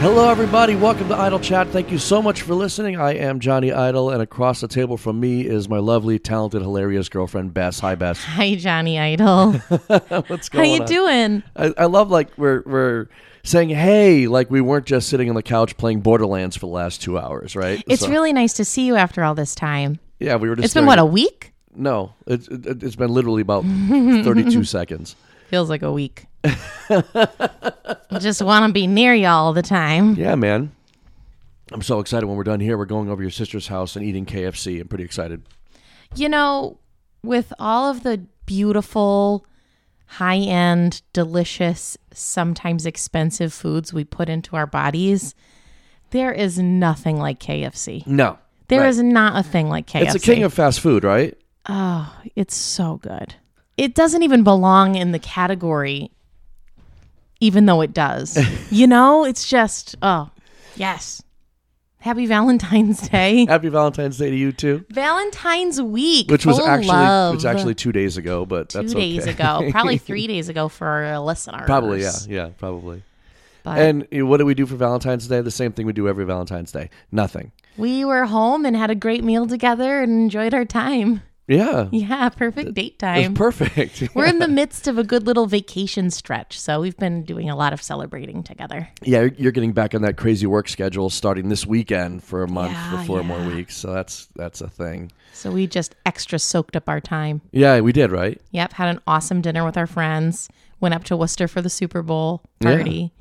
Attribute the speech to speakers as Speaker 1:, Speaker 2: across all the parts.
Speaker 1: Hello, everybody. Welcome to Idle Chat. Thank you so much for listening. I am Johnny Idle, and across the table from me is my lovely, talented, hilarious girlfriend, Bess. Hi, Bess.
Speaker 2: Hi, Johnny Idol.
Speaker 1: What's
Speaker 2: How
Speaker 1: going
Speaker 2: you
Speaker 1: on?
Speaker 2: doing?
Speaker 1: I, I love like we're we're saying hey, like we weren't just sitting on the couch playing Borderlands for the last two hours, right?
Speaker 2: It's
Speaker 1: So-
Speaker 2: really nice to see you after all this time.
Speaker 1: yeah. We were just
Speaker 2: It's been
Speaker 1: staring-
Speaker 2: what a week?
Speaker 1: no, it's it, it's been literally about thirty-two seconds.
Speaker 2: Feels like a week. Just want to be near you all the time.
Speaker 1: Yeah, man. I'm so excited when we're done here. We're going over to your sister's house and eating KFC. I'm pretty excited.
Speaker 2: You know, with all of the beautiful, high-end, delicious, sometimes expensive foods we put into our bodies, there is nothing like KFC.
Speaker 1: No,
Speaker 2: There
Speaker 1: Right.
Speaker 2: is not a thing like KFC.
Speaker 1: it's the king of fast food, right?
Speaker 2: Oh, it's so good. It doesn't even belong in the category, even though it does. you know, it's just, oh, yes. Happy Valentine's Day.
Speaker 1: Happy Valentine's Day to you too.
Speaker 2: Valentine's week.
Speaker 1: Which was
Speaker 2: full
Speaker 1: actually
Speaker 2: Oh, love.
Speaker 1: which actually two days ago, but
Speaker 2: two
Speaker 1: that's
Speaker 2: days
Speaker 1: okay.
Speaker 2: ago, probably three days ago for our listeners.
Speaker 1: Probably, yeah, yeah, probably.
Speaker 2: But
Speaker 1: And you know, what do we do for Valentine's Day? The same thing we do every Valentine's Day. Nothing.
Speaker 2: we were home and had a great meal together and enjoyed our time.
Speaker 1: Yeah,
Speaker 2: Yeah, perfect date
Speaker 1: it's
Speaker 2: time.
Speaker 1: perfect.
Speaker 2: we're in the midst of a good little vacation stretch, so we've been doing a lot of celebrating together.
Speaker 1: yeah, you're, you're getting back on that crazy work schedule starting this weekend for a month
Speaker 2: Yeah,
Speaker 1: for four more
Speaker 2: yeah.
Speaker 1: weeks. So that's that's a thing.
Speaker 2: So we just extra soaked up our time.
Speaker 1: Yeah, we did right.
Speaker 2: Yep, had an awesome dinner with our friends. Went up to Worcester for the Super Bowl
Speaker 1: Yeah.
Speaker 2: party.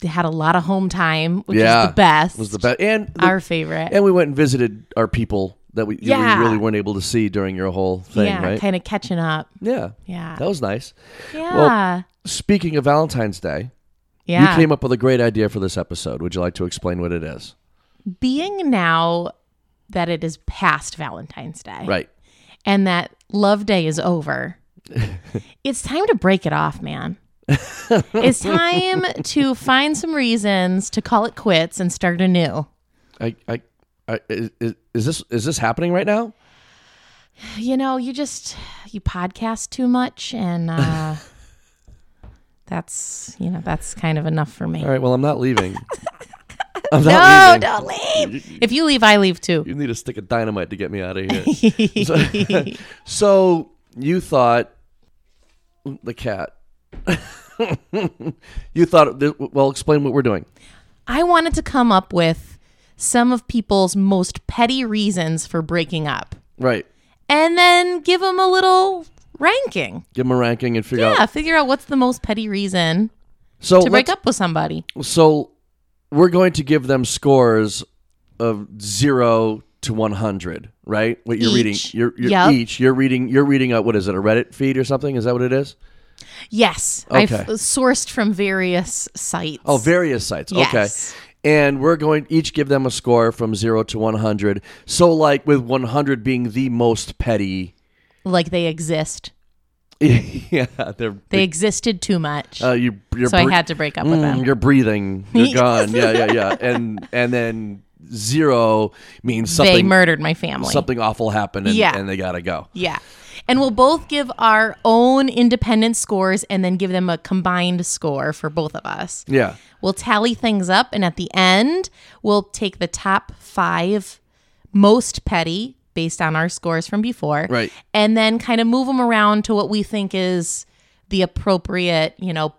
Speaker 2: They Had a lot of home time, which
Speaker 1: Yeah,
Speaker 2: is the best.
Speaker 1: It was the best, and the-
Speaker 2: Our favorite.
Speaker 1: and we went and visited our people that we, you- we
Speaker 2: Yeah.
Speaker 1: really weren't able to see during your whole thing,
Speaker 2: yeah,
Speaker 1: right?
Speaker 2: kind of catching up.
Speaker 1: Yeah,
Speaker 2: Yeah.
Speaker 1: that was nice.
Speaker 2: yeah.
Speaker 1: Speaking of Valentine's Day,
Speaker 2: yeah.
Speaker 1: You came up with a great idea for this episode. Would you like to explain what it is?
Speaker 2: Being now that it is past Valentine's Day
Speaker 1: Right.
Speaker 2: and that Love Day is over, it's time to break it off, man. it's time to find some reasons to call it quits and start anew.
Speaker 1: I, I, I is, is is this is this happening right now?
Speaker 2: you know you just you podcast too much and uh that's you know that's kind of enough for me
Speaker 1: All right. Well, I'm not leaving. I'm
Speaker 2: no
Speaker 1: not leaving.
Speaker 2: don't leave if you leave i leave too
Speaker 1: You need a stick of dynamite to get me out of here. so, so you thought the cat. you thought th- well. Explain what we're doing.
Speaker 2: i wanted to come up with some of people's most petty reasons for breaking up
Speaker 1: Right.
Speaker 2: and then give them a little ranking
Speaker 1: Give them a ranking and figure
Speaker 2: yeah
Speaker 1: out.
Speaker 2: figure out what's the most petty reason
Speaker 1: So
Speaker 2: to break
Speaker 1: Oh, let's-
Speaker 2: up with somebody
Speaker 1: So we're going to give them scores of zero to one hundred, right? What you're reading,
Speaker 2: Each.
Speaker 1: you're, you're
Speaker 2: Yep.
Speaker 1: each. You're reading. You're reading. A, what is it? A Reddit feed or something? Is that what it is?
Speaker 2: yes i've
Speaker 1: Okay.
Speaker 2: sourced from various sites
Speaker 1: Oh, various sites.
Speaker 2: Yes.
Speaker 1: Okay. And we're going each give them a score from zero to one hundred. So like with one hundred being the most petty.
Speaker 2: like they exist
Speaker 1: yeah, they're.
Speaker 2: They existed too much.
Speaker 1: uh, you, you're
Speaker 2: so I
Speaker 1: bre-
Speaker 2: had to break up with
Speaker 1: Mm,
Speaker 2: them.
Speaker 1: You're breathing. You're gone. Yeah, yeah, yeah. And and then zero means something.
Speaker 2: They murdered my family.
Speaker 1: something awful happened and,
Speaker 2: Yeah.
Speaker 1: and they gotta go.
Speaker 2: Yeah. And we'll both give our own independent scores and then give them a combined score for both of us.
Speaker 1: Yeah.
Speaker 2: We'll tally things up and at the end, we'll take the top five most petty based on our scores from before.
Speaker 1: Right.
Speaker 2: And then kind of move them around to what we think is the appropriate, you know,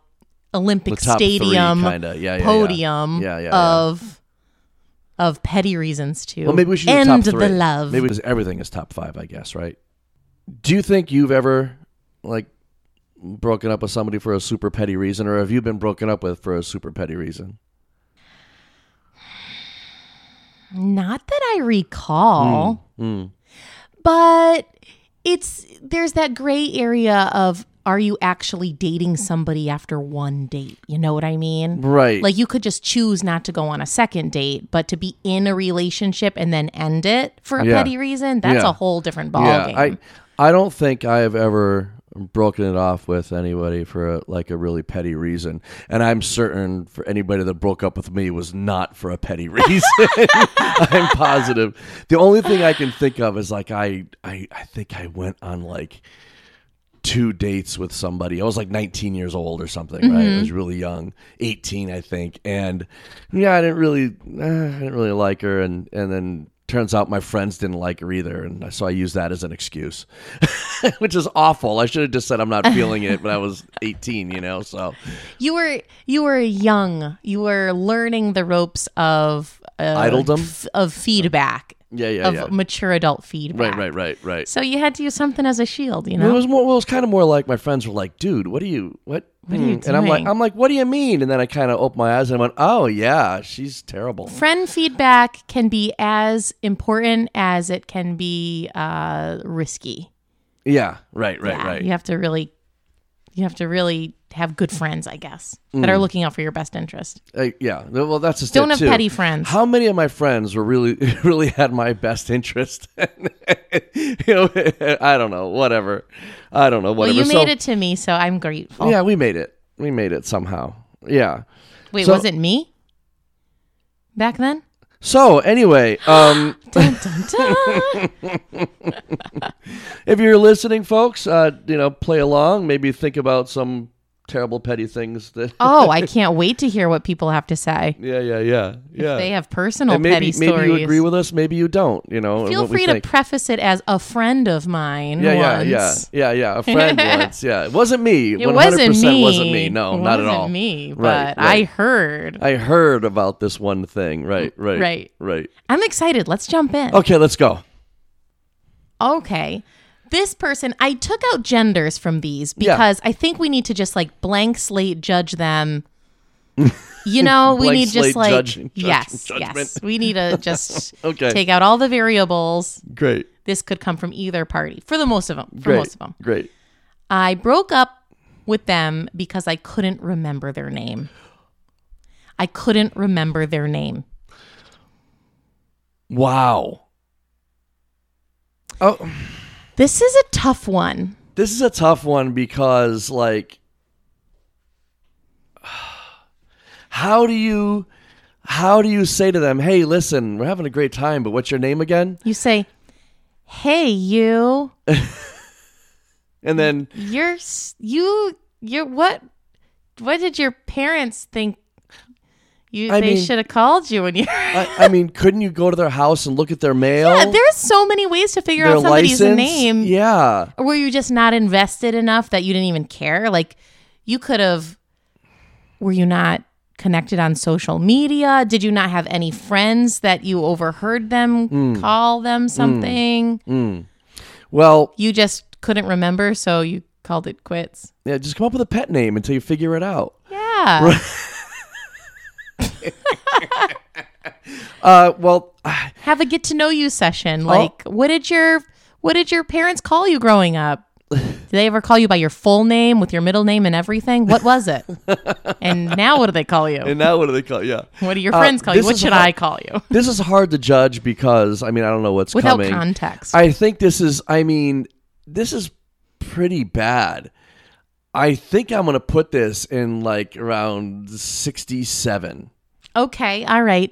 Speaker 2: Olympic
Speaker 1: The top three
Speaker 2: stadium
Speaker 1: kinda. Yeah, yeah, yeah.
Speaker 2: podium uh,
Speaker 1: Yeah, yeah, yeah.
Speaker 2: of of petty reasons to
Speaker 1: Well, maybe we should do
Speaker 2: end
Speaker 1: top three.
Speaker 2: the love.
Speaker 1: Maybe just everything is top five, I guess. Right? Do you think you've ever like broken up with somebody for a super petty reason, or have you been broken up with for a super petty reason?
Speaker 2: Not that I recall,
Speaker 1: Mm,
Speaker 2: but it's there's that gray area of are you actually dating somebody after one date? You know what I mean?
Speaker 1: Right.
Speaker 2: Like you could just choose not to go on a second date, but to be in a relationship and then end it for a
Speaker 1: Yeah.
Speaker 2: petty reason, that's
Speaker 1: Yeah.
Speaker 2: a whole different
Speaker 1: yeah.
Speaker 2: ballgame.
Speaker 1: I I don't think I have ever broken it off with anybody for a, like a really petty reason, and I'm certain for anybody that broke up with me was not for a petty reason. I'm positive. The only thing I can think of is like I I I think I went on like two dates with somebody. I was like 19 years old or something, right? I was
Speaker 2: Mm-hmm.
Speaker 1: really young, 18, I think. And yeah, I didn't really, eh, I didn't really like her. And and then turns out my friends didn't like her either, and so I used that as an excuse, which is awful. I should have just said I'm not feeling it, but I was 18, you know. So
Speaker 2: You were you were young. You were learning the ropes of uh,
Speaker 1: Idledom?
Speaker 2: of feedback
Speaker 1: yeah, yeah,
Speaker 2: of
Speaker 1: yeah.
Speaker 2: mature adult feedback.
Speaker 1: Right, right, right, right.
Speaker 2: So you had to use something as a shield, you
Speaker 1: It
Speaker 2: know.
Speaker 1: was more. Well, it was kind of more like my friends were like, "Dude, what do you what?" hmm,"
Speaker 2: are you
Speaker 1: And I'm like,
Speaker 2: doing?
Speaker 1: "I'm like, what do you mean?" And then I kind of opened my eyes and I went, "Oh yeah, she's terrible."
Speaker 2: Friend feedback can be as important as it can be uh, risky.
Speaker 1: Yeah, right, right,
Speaker 2: Yeah,
Speaker 1: right.
Speaker 2: You have to really, you have to really have good friends, I guess, that
Speaker 1: Mm.
Speaker 2: are looking out for your best interest.
Speaker 1: Uh, yeah. Well, that's just
Speaker 2: Don't
Speaker 1: it,
Speaker 2: have
Speaker 1: too.
Speaker 2: petty friends.
Speaker 1: How many of my friends were really really had my best interest? you know, I don't know. Whatever. I don't know.
Speaker 2: well,
Speaker 1: Whatever.
Speaker 2: you
Speaker 1: so,
Speaker 2: made it to me, so I'm grateful.
Speaker 1: Yeah, we made it. We made it somehow. Yeah.
Speaker 2: Wait,
Speaker 1: so-
Speaker 2: was it me? Back then?
Speaker 1: So anyway, um,
Speaker 2: Dun, dun, dun.
Speaker 1: if you're listening, folks, uh, you know, play along. Maybe think about some terrible petty things that.
Speaker 2: oh, I can't wait to hear what people have to say.
Speaker 1: Yeah, yeah, yeah, yeah.
Speaker 2: They have personal
Speaker 1: and maybe
Speaker 2: petty
Speaker 1: maybe
Speaker 2: stories.
Speaker 1: you agree with us, maybe you don't. You know, and
Speaker 2: Feel
Speaker 1: what we
Speaker 2: free to
Speaker 1: think.
Speaker 2: preface it as a friend of mine.
Speaker 1: yeah,
Speaker 2: once.
Speaker 1: yeah, yeah, yeah, yeah. A friend once. Yeah, it wasn't me.
Speaker 2: It wasn't me.
Speaker 1: Wasn't me. No,
Speaker 2: It
Speaker 1: not at
Speaker 2: wasn't
Speaker 1: all.
Speaker 2: me, but
Speaker 1: Right,
Speaker 2: I
Speaker 1: right.
Speaker 2: heard.
Speaker 1: I heard about this one thing. Right, right,
Speaker 2: Mm, Right.
Speaker 1: right.
Speaker 2: I'm excited. Let's jump in.
Speaker 1: Okay, let's go.
Speaker 2: okay this person i took out genders from these
Speaker 1: Yeah.
Speaker 2: because i think we need to just like blank slate judge them you know we
Speaker 1: Blank
Speaker 2: need just
Speaker 1: slate
Speaker 2: like
Speaker 1: judging- judge-
Speaker 2: yes yes
Speaker 1: judgment.
Speaker 2: we need to just
Speaker 1: Okay.
Speaker 2: take out all the variables
Speaker 1: Great,
Speaker 2: this could come from either party for the most of them for
Speaker 1: great,
Speaker 2: most of them
Speaker 1: great.
Speaker 2: i broke up with them because i couldn't remember their name i couldn't remember their name
Speaker 1: Wow. Oh,
Speaker 2: this is a tough one
Speaker 1: this is a tough one because like how do you how do you say to them hey listen we're having a great time but what's your name again
Speaker 2: you say hey you
Speaker 1: and then
Speaker 2: you're s- you you're what what did your parents think you
Speaker 1: I
Speaker 2: they
Speaker 1: mean-
Speaker 2: should have called you when you
Speaker 1: I, I mean couldn't you go to their house and look at their mail
Speaker 2: yeah, there's so many ways to figure
Speaker 1: their
Speaker 2: out somebody's
Speaker 1: license
Speaker 2: name
Speaker 1: yeah
Speaker 2: or were you just not invested enough that you didn't even care like you could have were you not connected on social media did you not have any friends that you overheard them
Speaker 1: Hmm.
Speaker 2: call them something
Speaker 1: well
Speaker 2: you just couldn't remember so you called it quits
Speaker 1: yeah just come up with a pet name until you figure it out
Speaker 2: yeah
Speaker 1: uh well I-
Speaker 2: have a get to know you
Speaker 1: Oh.
Speaker 2: session. Like, what did your what did your parents call you growing up? Did they ever call you by your full name with your middle name and everything? What was it? and now what do they call you?
Speaker 1: and now what do they call yeah
Speaker 2: What do your friends call you?
Speaker 1: this
Speaker 2: What
Speaker 1: is
Speaker 2: should
Speaker 1: hard.
Speaker 2: I call you?
Speaker 1: this is hard to judge because i mean i don't know what's
Speaker 2: Without
Speaker 1: coming
Speaker 2: context.
Speaker 1: I think this is, I mean, this is pretty bad. I think I'm going to put this in like around 67.
Speaker 2: okay, all right.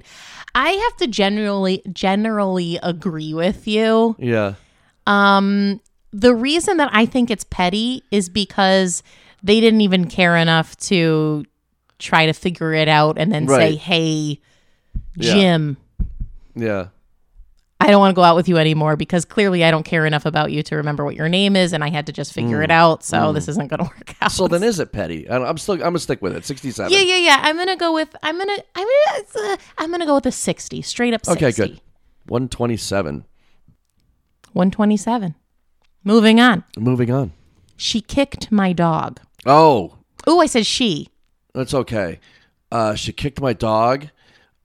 Speaker 2: I have to generally generally agree with you.
Speaker 1: Yeah.
Speaker 2: Um the reason that I think it's petty is because they didn't even care enough to try to figure it out and then say,
Speaker 1: Right.
Speaker 2: "Hey,
Speaker 1: Yeah.
Speaker 2: Jim,
Speaker 1: Yeah.
Speaker 2: I don't want to go out with you anymore because clearly I don't care enough about you to remember what your name is, and I had to just figure it out. So this isn't going to work out.
Speaker 1: Mm. So then is it petty? I don't- I'm still, I'm going to stick with it. 67.
Speaker 2: yeah, yeah, yeah. I'm gonna go with I'm gonna I'm gonna uh, I'm gonna go with a sixty, straight up. 60.
Speaker 1: okay, good. 127.
Speaker 2: One twenty seven. Moving on.
Speaker 1: Moving on.
Speaker 2: She kicked my dog.
Speaker 1: Oh,
Speaker 2: Oh, I said she.
Speaker 1: that's okay. Uh, she kicked my dog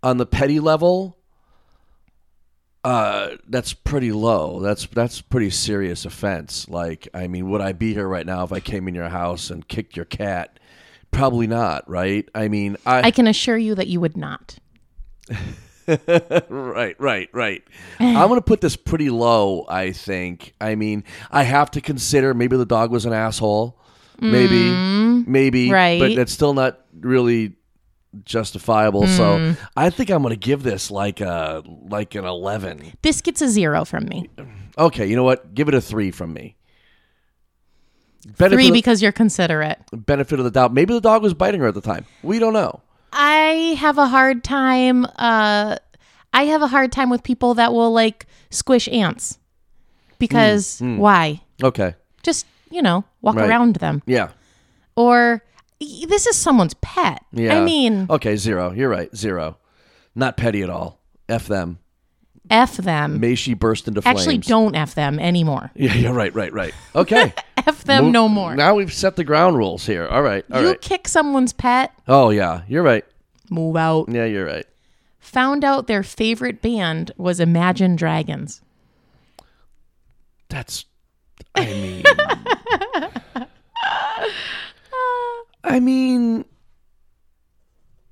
Speaker 1: on the petty level. Uh, that's pretty low. That's that's pretty serious offense. Like, I mean, would I be here right now if I came in your house and kicked your cat? Probably not, right? I mean, I,
Speaker 2: I can assure you that you would not.
Speaker 1: right, right, right. I'm gonna put this pretty low. I think. I mean, I have to consider maybe the dog was an asshole. Maybe, maybe,
Speaker 2: Mm-hmm. right.
Speaker 1: But that's still not really justifiable.
Speaker 2: Hmm.
Speaker 1: So I think I'm gonna give this like a like an eleven.
Speaker 2: This gets a zero from me.
Speaker 1: Okay, you know what? Give it a three from me. Benefit
Speaker 2: Three
Speaker 1: of-
Speaker 2: because you're considerate.
Speaker 1: benefit of the doubt. Maybe the dog was biting her at the time. We don't know.
Speaker 2: I have a hard time. Uh, I have a hard time with people that will like squish ants because why?
Speaker 1: Okay.
Speaker 2: Just you know, walk
Speaker 1: Hmm, Right.
Speaker 2: around them
Speaker 1: Yeah.
Speaker 2: or y- this is someone's pet.
Speaker 1: Yeah. Oh.
Speaker 2: I mean,
Speaker 1: okay, zero. You're right. Zero. Not petty at all. F them.
Speaker 2: f them.
Speaker 1: May she burst into flames.
Speaker 2: Actually, don't f them anymore.
Speaker 1: Yeah, you're right, right, right. Okay.
Speaker 2: F them
Speaker 1: Move-
Speaker 2: no more.
Speaker 1: Now we've set the ground rules here. All right. all right.
Speaker 2: you kick someone's pet,
Speaker 1: Oh, yeah. You're right.
Speaker 2: move out.
Speaker 1: Yeah, you're right.
Speaker 2: Found out their favorite band was Imagine Dragons.
Speaker 1: That's, I mean, I mean,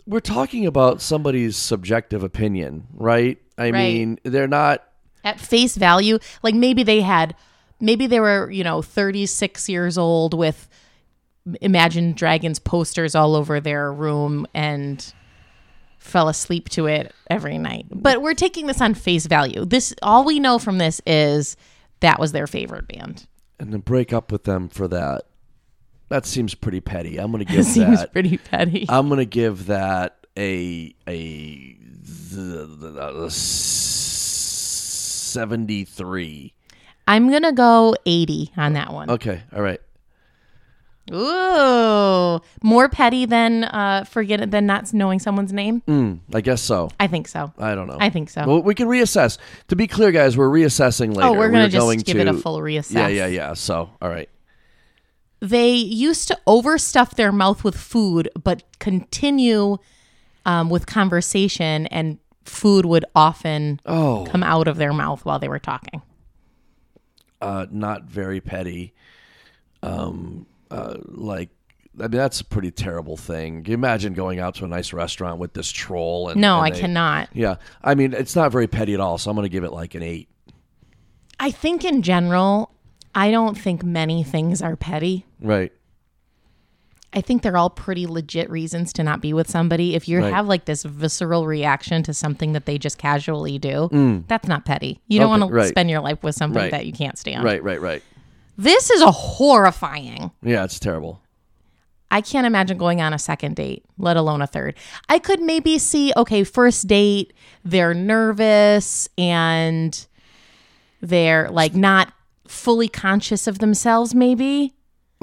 Speaker 1: we're talking about somebody's subjective opinion, right? I mean, they're not.
Speaker 2: At face value, like maybe they had, maybe they were, you know, 36 years old with Imagine Dragons posters all over their room and fell asleep to it every night. But we're taking this on face value. This, all we know from this is that was their favorite band.
Speaker 1: And to break up with them for that, that seems pretty petty. I'm going to give
Speaker 2: Seems
Speaker 1: that.
Speaker 2: pretty petty.
Speaker 1: I'm going to give that a a, a 73.
Speaker 2: I'm gonna go 80 on that one.
Speaker 1: Okay, all right.
Speaker 2: Ooh, more petty than uh, forget it than not knowing someone's name.
Speaker 1: Mm, I guess so.
Speaker 2: I think so.
Speaker 1: I don't know.
Speaker 2: I think so.
Speaker 1: Well, we can reassess. To be clear, guys, we're reassessing later.
Speaker 2: oh, we're gonna just
Speaker 1: going
Speaker 2: give
Speaker 1: to,
Speaker 2: it a full reassess.
Speaker 1: Yeah, yeah, yeah. So, all right.
Speaker 2: They used to overstuff their mouth with food, but continue um, with conversation, and food would often
Speaker 1: Oh,
Speaker 2: come out of their mouth while they were talking.
Speaker 1: uh, not very petty. Um, uh, like, I mean, that's a pretty terrible thing. Can you imagine going out to a nice restaurant with this troll? And
Speaker 2: No,
Speaker 1: and
Speaker 2: I
Speaker 1: they-
Speaker 2: cannot.
Speaker 1: Yeah, I mean, it's not very petty at all. So I'm going to give it like an eight.
Speaker 2: I think in general, I don't think many things are petty.
Speaker 1: Right.
Speaker 2: I think they're all pretty legit reasons to not be with somebody. If you
Speaker 1: Right.
Speaker 2: have like this visceral reaction to something that they just casually do, that's not petty. You don't
Speaker 1: Mm. Okay,
Speaker 2: want
Speaker 1: right.
Speaker 2: to spend your life with somebody
Speaker 1: Right.
Speaker 2: that you can't stand.
Speaker 1: Right. Right. Right.
Speaker 2: This is a horrifying.
Speaker 1: Yeah, it's terrible.
Speaker 2: I can't imagine going on a second date, let alone a third. I could maybe see, okay, first date, they're nervous and they're like not fully conscious of themselves, maybe.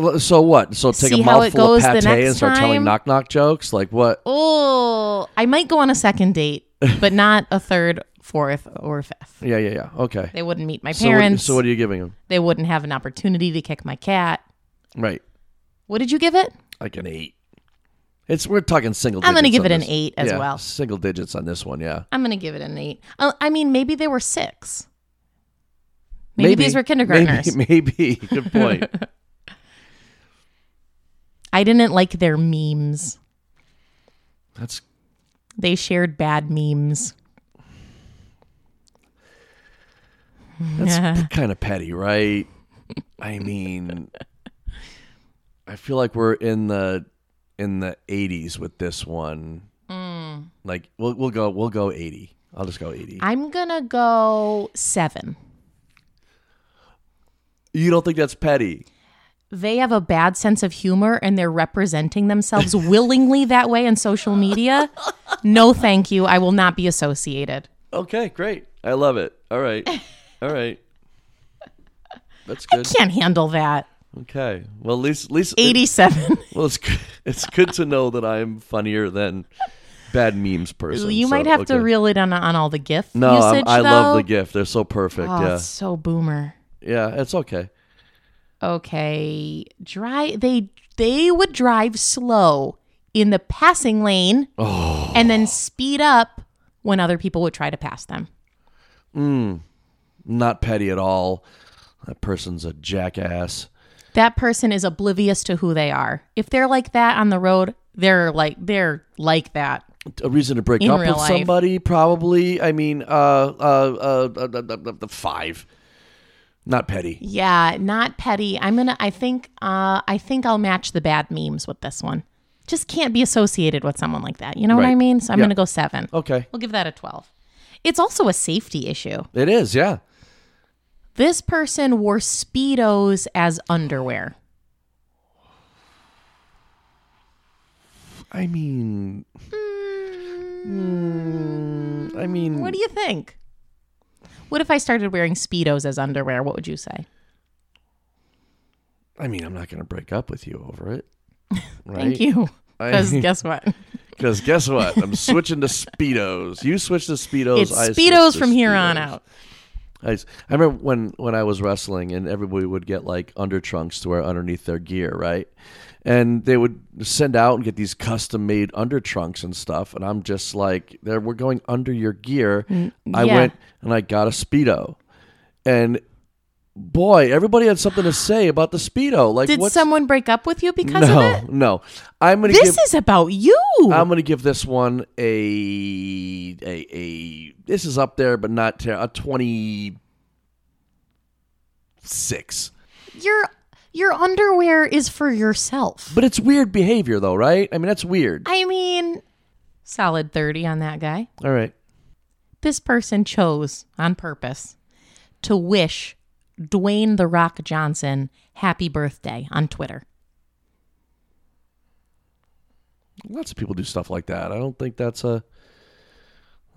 Speaker 1: L- So what? So take
Speaker 2: See
Speaker 1: a
Speaker 2: how it
Speaker 1: mouthful of
Speaker 2: goes the
Speaker 1: pate
Speaker 2: next
Speaker 1: and start telling
Speaker 2: time?
Speaker 1: knock knock jokes? Like what?
Speaker 2: Oh, I might go on a second date, but not a third, fourth, or fifth.
Speaker 1: Yeah, yeah, yeah. Okay.
Speaker 2: They wouldn't meet my
Speaker 1: So what-
Speaker 2: parents.
Speaker 1: so what are you giving them?
Speaker 2: they wouldn't have an opportunity to kick my cat.
Speaker 1: Right.
Speaker 2: What did you give it?
Speaker 1: like an eight. It's we're talking single.
Speaker 2: I'm gonna
Speaker 1: digits
Speaker 2: give
Speaker 1: on
Speaker 2: it an
Speaker 1: this.
Speaker 2: eight as
Speaker 1: Yeah,
Speaker 2: well.
Speaker 1: Single digits on this one, yeah.
Speaker 2: I'm going to give it an eight. Uh, I mean, maybe they were six. Maybe, these were kindergartners.
Speaker 1: Maybe, maybe. good point.
Speaker 2: I didn't like their memes.
Speaker 1: That's
Speaker 2: They shared bad memes.
Speaker 1: that's kind of petty, right? I mean, I feel like we're in the in the eighties with this one.
Speaker 2: Hmm.
Speaker 1: Like we'll we'll go we'll go eighty. I'll just go eighty.
Speaker 2: I'm going to go seven.
Speaker 1: you don't think that's petty?
Speaker 2: They have a bad sense of humor and they're representing themselves willingly that way in social media. No, thank you. I will not be associated.
Speaker 1: Okay, great. I love it. All right, all right. That's good.
Speaker 2: Can't handle that.
Speaker 1: Okay. Well, at least at least
Speaker 2: 87.
Speaker 1: Well, it's good, it's good to know that I'm funnier than bad memes person.
Speaker 2: you
Speaker 1: so,
Speaker 2: might have to
Speaker 1: okay.
Speaker 2: reel it on, on all the GIF
Speaker 1: No, I'm,
Speaker 2: usage,
Speaker 1: I
Speaker 2: though.
Speaker 1: love the GIF. They're so perfect.
Speaker 2: Oh,
Speaker 1: yeah,
Speaker 2: it's so boomer.
Speaker 1: yeah, it's okay.
Speaker 2: Okay. Drive they they would drive slow in the passing lane
Speaker 1: Oh.
Speaker 2: and then speed up when other people would try to pass them.
Speaker 1: Not petty at all. That person's a jackass.
Speaker 2: That person is oblivious to who they are. If they're like that on the road, they're like they're like that.
Speaker 1: A reason to break
Speaker 2: In
Speaker 1: up with
Speaker 2: real life.
Speaker 1: somebody, probably. I mean, uh, uh, uh, uh, uh, uh, uh, five. Not petty.
Speaker 2: Yeah, not petty. I'm gonna I think uh I think I'll match the bad memes with this one. Just can't be associated with someone like that. You know what I
Speaker 1: Right.
Speaker 2: mean? So I'm
Speaker 1: Yeah.
Speaker 2: gonna go seven.
Speaker 1: Okay,
Speaker 2: We'll give that a twelve. It's also a safety issue.
Speaker 1: it is. Yeah.
Speaker 2: This person wore Speedos as underwear.
Speaker 1: I mean, mm, I mean,
Speaker 2: What do you think? What if I started wearing Speedos as underwear? What would you say?
Speaker 1: I mean, I'm not going to break up with you over it. Right?
Speaker 2: Thank you. Because
Speaker 1: I-
Speaker 2: guess what?
Speaker 1: Because guess what? I'm switching to Speedos. You switch to Speedos.
Speaker 2: It's
Speaker 1: I switch
Speaker 2: Speedos
Speaker 1: to
Speaker 2: from here on
Speaker 1: Speedos.
Speaker 2: out.
Speaker 1: I, s- I remember when, when I was wrestling and everybody would get like under trunks to wear underneath their gear, right? And they would send out and get these custom made under trunks and stuff. And I'm just like, they're, we're going under your gear. I
Speaker 2: Mm, yeah.
Speaker 1: went and I got a Speedo. And boy, everybody had something to say about the Speedo. Like,
Speaker 2: Did
Speaker 1: what's,
Speaker 2: someone break up with you because of
Speaker 1: no,
Speaker 2: it?
Speaker 1: no. I'm going to
Speaker 2: This
Speaker 1: give. Uh,
Speaker 2: is about you.
Speaker 1: I'm gonna give this one a a a. This is up there, but not ter- a twenty six.
Speaker 2: your your underwear is for yourself.
Speaker 1: But it's weird behavior, though, right? I mean, that's weird.
Speaker 2: I mean, solid 30 on that guy.
Speaker 1: All right.
Speaker 2: This person chose on purpose to wish Dwayne The Rock Johnson happy birthday on Twitter.
Speaker 1: Lots of people do stuff like that. I don't think that's a.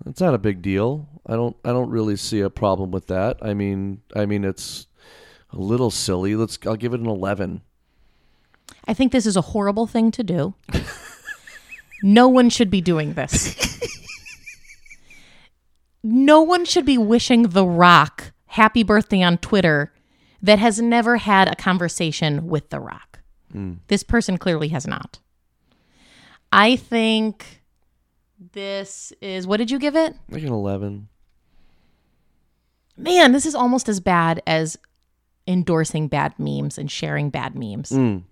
Speaker 1: It's not a big deal. I don't. I don't really see a problem with that. I mean, I mean, it's a little silly. Let's. I'll give it an eleven.
Speaker 2: I think this is a horrible thing to do. no one should be doing this. no one should be wishing The Rock happy birthday on Twitter that has never had a conversation with The Rock. This person clearly has not. I think this is what did you give it?
Speaker 1: Like an eleven.
Speaker 2: Man, this is almost as bad as endorsing bad memes and sharing bad memes. I'm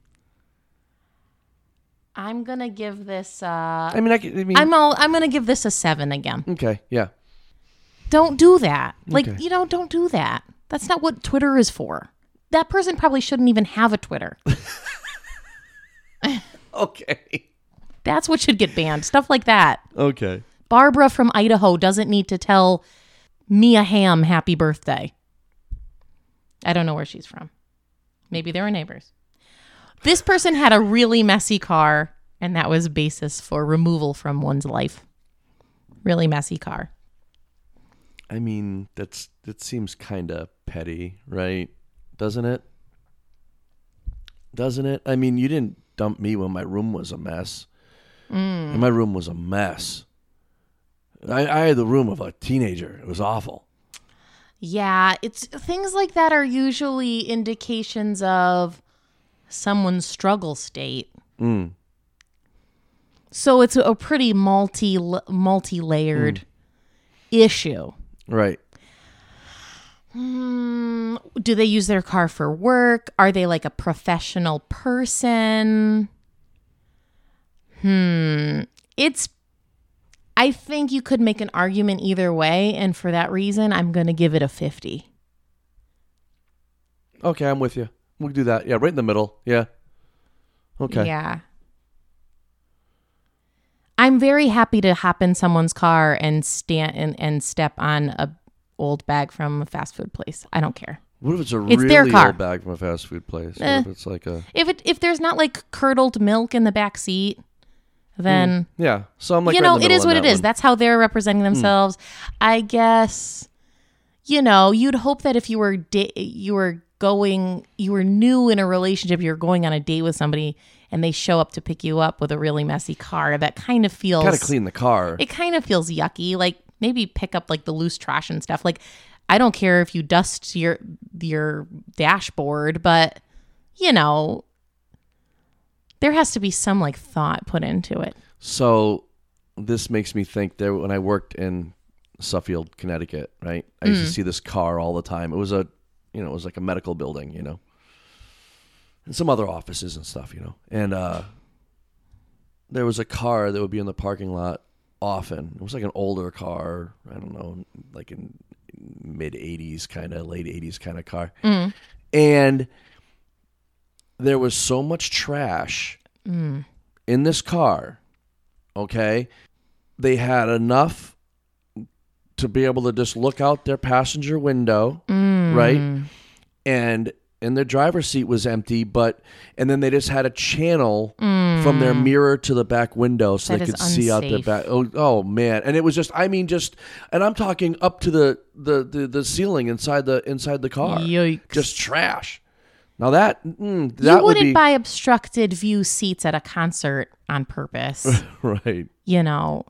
Speaker 2: gonna give this. Uh,
Speaker 1: I mean, I, c- I mean.
Speaker 2: I'm all, I'm gonna give this a seven again.
Speaker 1: okay. Yeah.
Speaker 2: Don't do that. Like
Speaker 1: Okay.
Speaker 2: you know, don't do that. That's not what Twitter is for. That person probably shouldn't even have a Twitter.
Speaker 1: Okay.
Speaker 2: That's what should get banned. Stuff like that.
Speaker 1: Okay.
Speaker 2: Barbara from Idaho doesn't need to tell Mia Ham happy birthday. I don't know where she's from. Maybe they were neighbors. This person had a really messy car, and that was basis for removal from one's life. Really messy car.
Speaker 1: I mean, that's that seems kind of petty, right? Doesn't it? Doesn't it? I mean, you didn't dump me when my room was a mess.
Speaker 2: Mm.
Speaker 1: And my room was a mess. I, I had the room of a teenager. It was awful.
Speaker 2: Yeah, it's things like that are usually indications of someone's struggle state. So it's a pretty multi multi layered issue.
Speaker 1: Right.
Speaker 2: Mm, do they use their car for work? Are they like a professional person? Hmm. It's. I think you could make an argument either way, and for that reason, I'm going to give it a 50.
Speaker 1: Okay, I'm with you. We'll do that. Yeah, right in the middle. Yeah. Okay.
Speaker 2: Yeah. I'm very happy to hop in someone's car and stand and, and step on a old bag from a fast food place. I don't care.
Speaker 1: What if it's a
Speaker 2: It's
Speaker 1: really
Speaker 2: their car.
Speaker 1: old bag from a fast food place? What
Speaker 2: Eh.
Speaker 1: if it's like a
Speaker 2: If it if there's not like curdled milk in the back seat, then
Speaker 1: yeah? So I'm Hmm. like,
Speaker 2: you
Speaker 1: right
Speaker 2: know,
Speaker 1: in the
Speaker 2: it is
Speaker 1: middle on
Speaker 2: what it
Speaker 1: that
Speaker 2: is.
Speaker 1: one. Hmm.
Speaker 2: That's how they're representing themselves. I guess, you know, you'd hope that if you were da- you were going, you were new in a relationship, you were going on a date with somebody, and they show up to pick you up with a really messy car. That kind of feels
Speaker 1: Gotta clean the car.
Speaker 2: it kind of feels yucky. Like maybe pick up like the loose trash and stuff. Like I don't care if you dust your your dashboard, but you know, there has to be some like thought put into it.
Speaker 1: So this makes me think there when I worked in Suffield, Connecticut, right? I used to see this car all the time. It was a you know, it was like a medical building, you know. And some other offices and stuff, you know. And uh there was a car that would be in the parking lot often. It was like an older car, I don't know, like in mid 80s kind of late 80s kind of car.
Speaker 2: Mm.
Speaker 1: And there was so much trash
Speaker 2: Mm.
Speaker 1: in this car, okay, they had enough
Speaker 2: Mm.
Speaker 1: to be able to just look out their passenger window, right? And and their driver's seat was empty, but and then they just had a channel from their mirror to the back window so
Speaker 2: Mm. That
Speaker 1: they could
Speaker 2: is
Speaker 1: see out the
Speaker 2: unsafe.
Speaker 1: back. Oh, oh man! And it was just, I mean, just, and I'm talking up to the the the, the ceiling inside the inside the car.
Speaker 2: Yikes.
Speaker 1: Just trash. Now that mm,
Speaker 2: you
Speaker 1: that would
Speaker 2: wouldn't
Speaker 1: be
Speaker 2: buy obstructed view seats at a concert on purpose.
Speaker 1: right,
Speaker 2: you know,